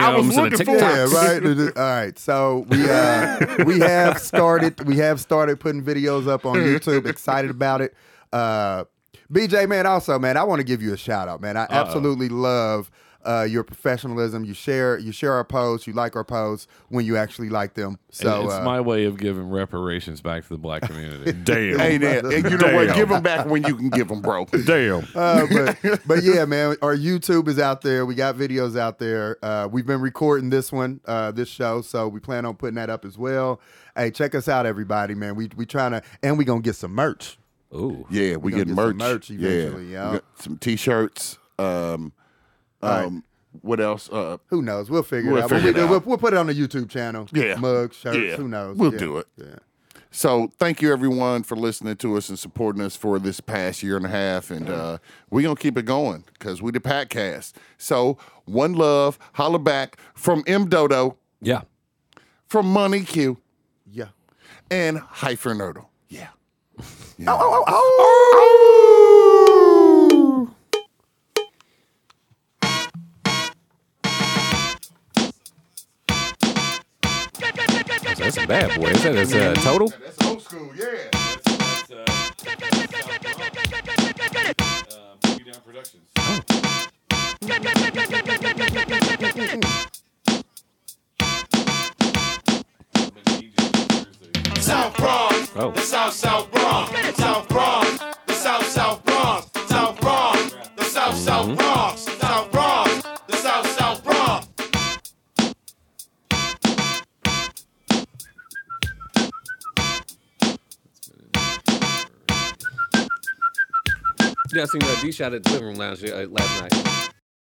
*laughs* I was and the looking for it. TikToks. Yeah, right. It is- All right. So we uh, we have started we have started putting videos up on YouTube. Excited about it. Uh, BJ man, also man, I want to give you a shout out, man. I absolutely love uh, your professionalism. You share you share our posts. You like our posts when you actually like them. So it's uh, my way of giving reparations back to the black community. Damn. Hey, then, and you know what? Damn. Give them back when you can give them, bro. Damn. *laughs* uh, but but yeah, man, our YouTube is out there. We got videos out there. Uh, we've been recording this one, uh, this show, so we plan on putting that up as well. Hey, check us out, everybody, man. We we trying to, and we gonna get some merch. Ooh. Yeah, we, gonna get get some merch. merch eventually, yeah, y'all. We got some t-shirts. Um, Right. um, what else? Uh, Who knows? We'll figure We'll it out. figure When we it do, out. We'll, we'll put it on the YouTube channel. Yeah. mugs, shirts. Yeah. Who knows? We'll Yeah. do it. Yeah. so thank you everyone for listening to us and supporting us for this past year and a half, and uh, we're gonna keep it going because we the podcast. So one love, holla back from M Dodo, Yeah. from Money Q, Yeah. and Hyper Nerdle. Yeah. Oh, oh! That's a bad boy. Is that is that a total? That's old school. Yeah. South Bronx, Oh. the South South Bronx, South Bronx, the South South Bronx, South Bronx, the South South Bronx, South Bronx, the South South Bronx. Yeah, I seen that D shot at the living room lounge uh, last night.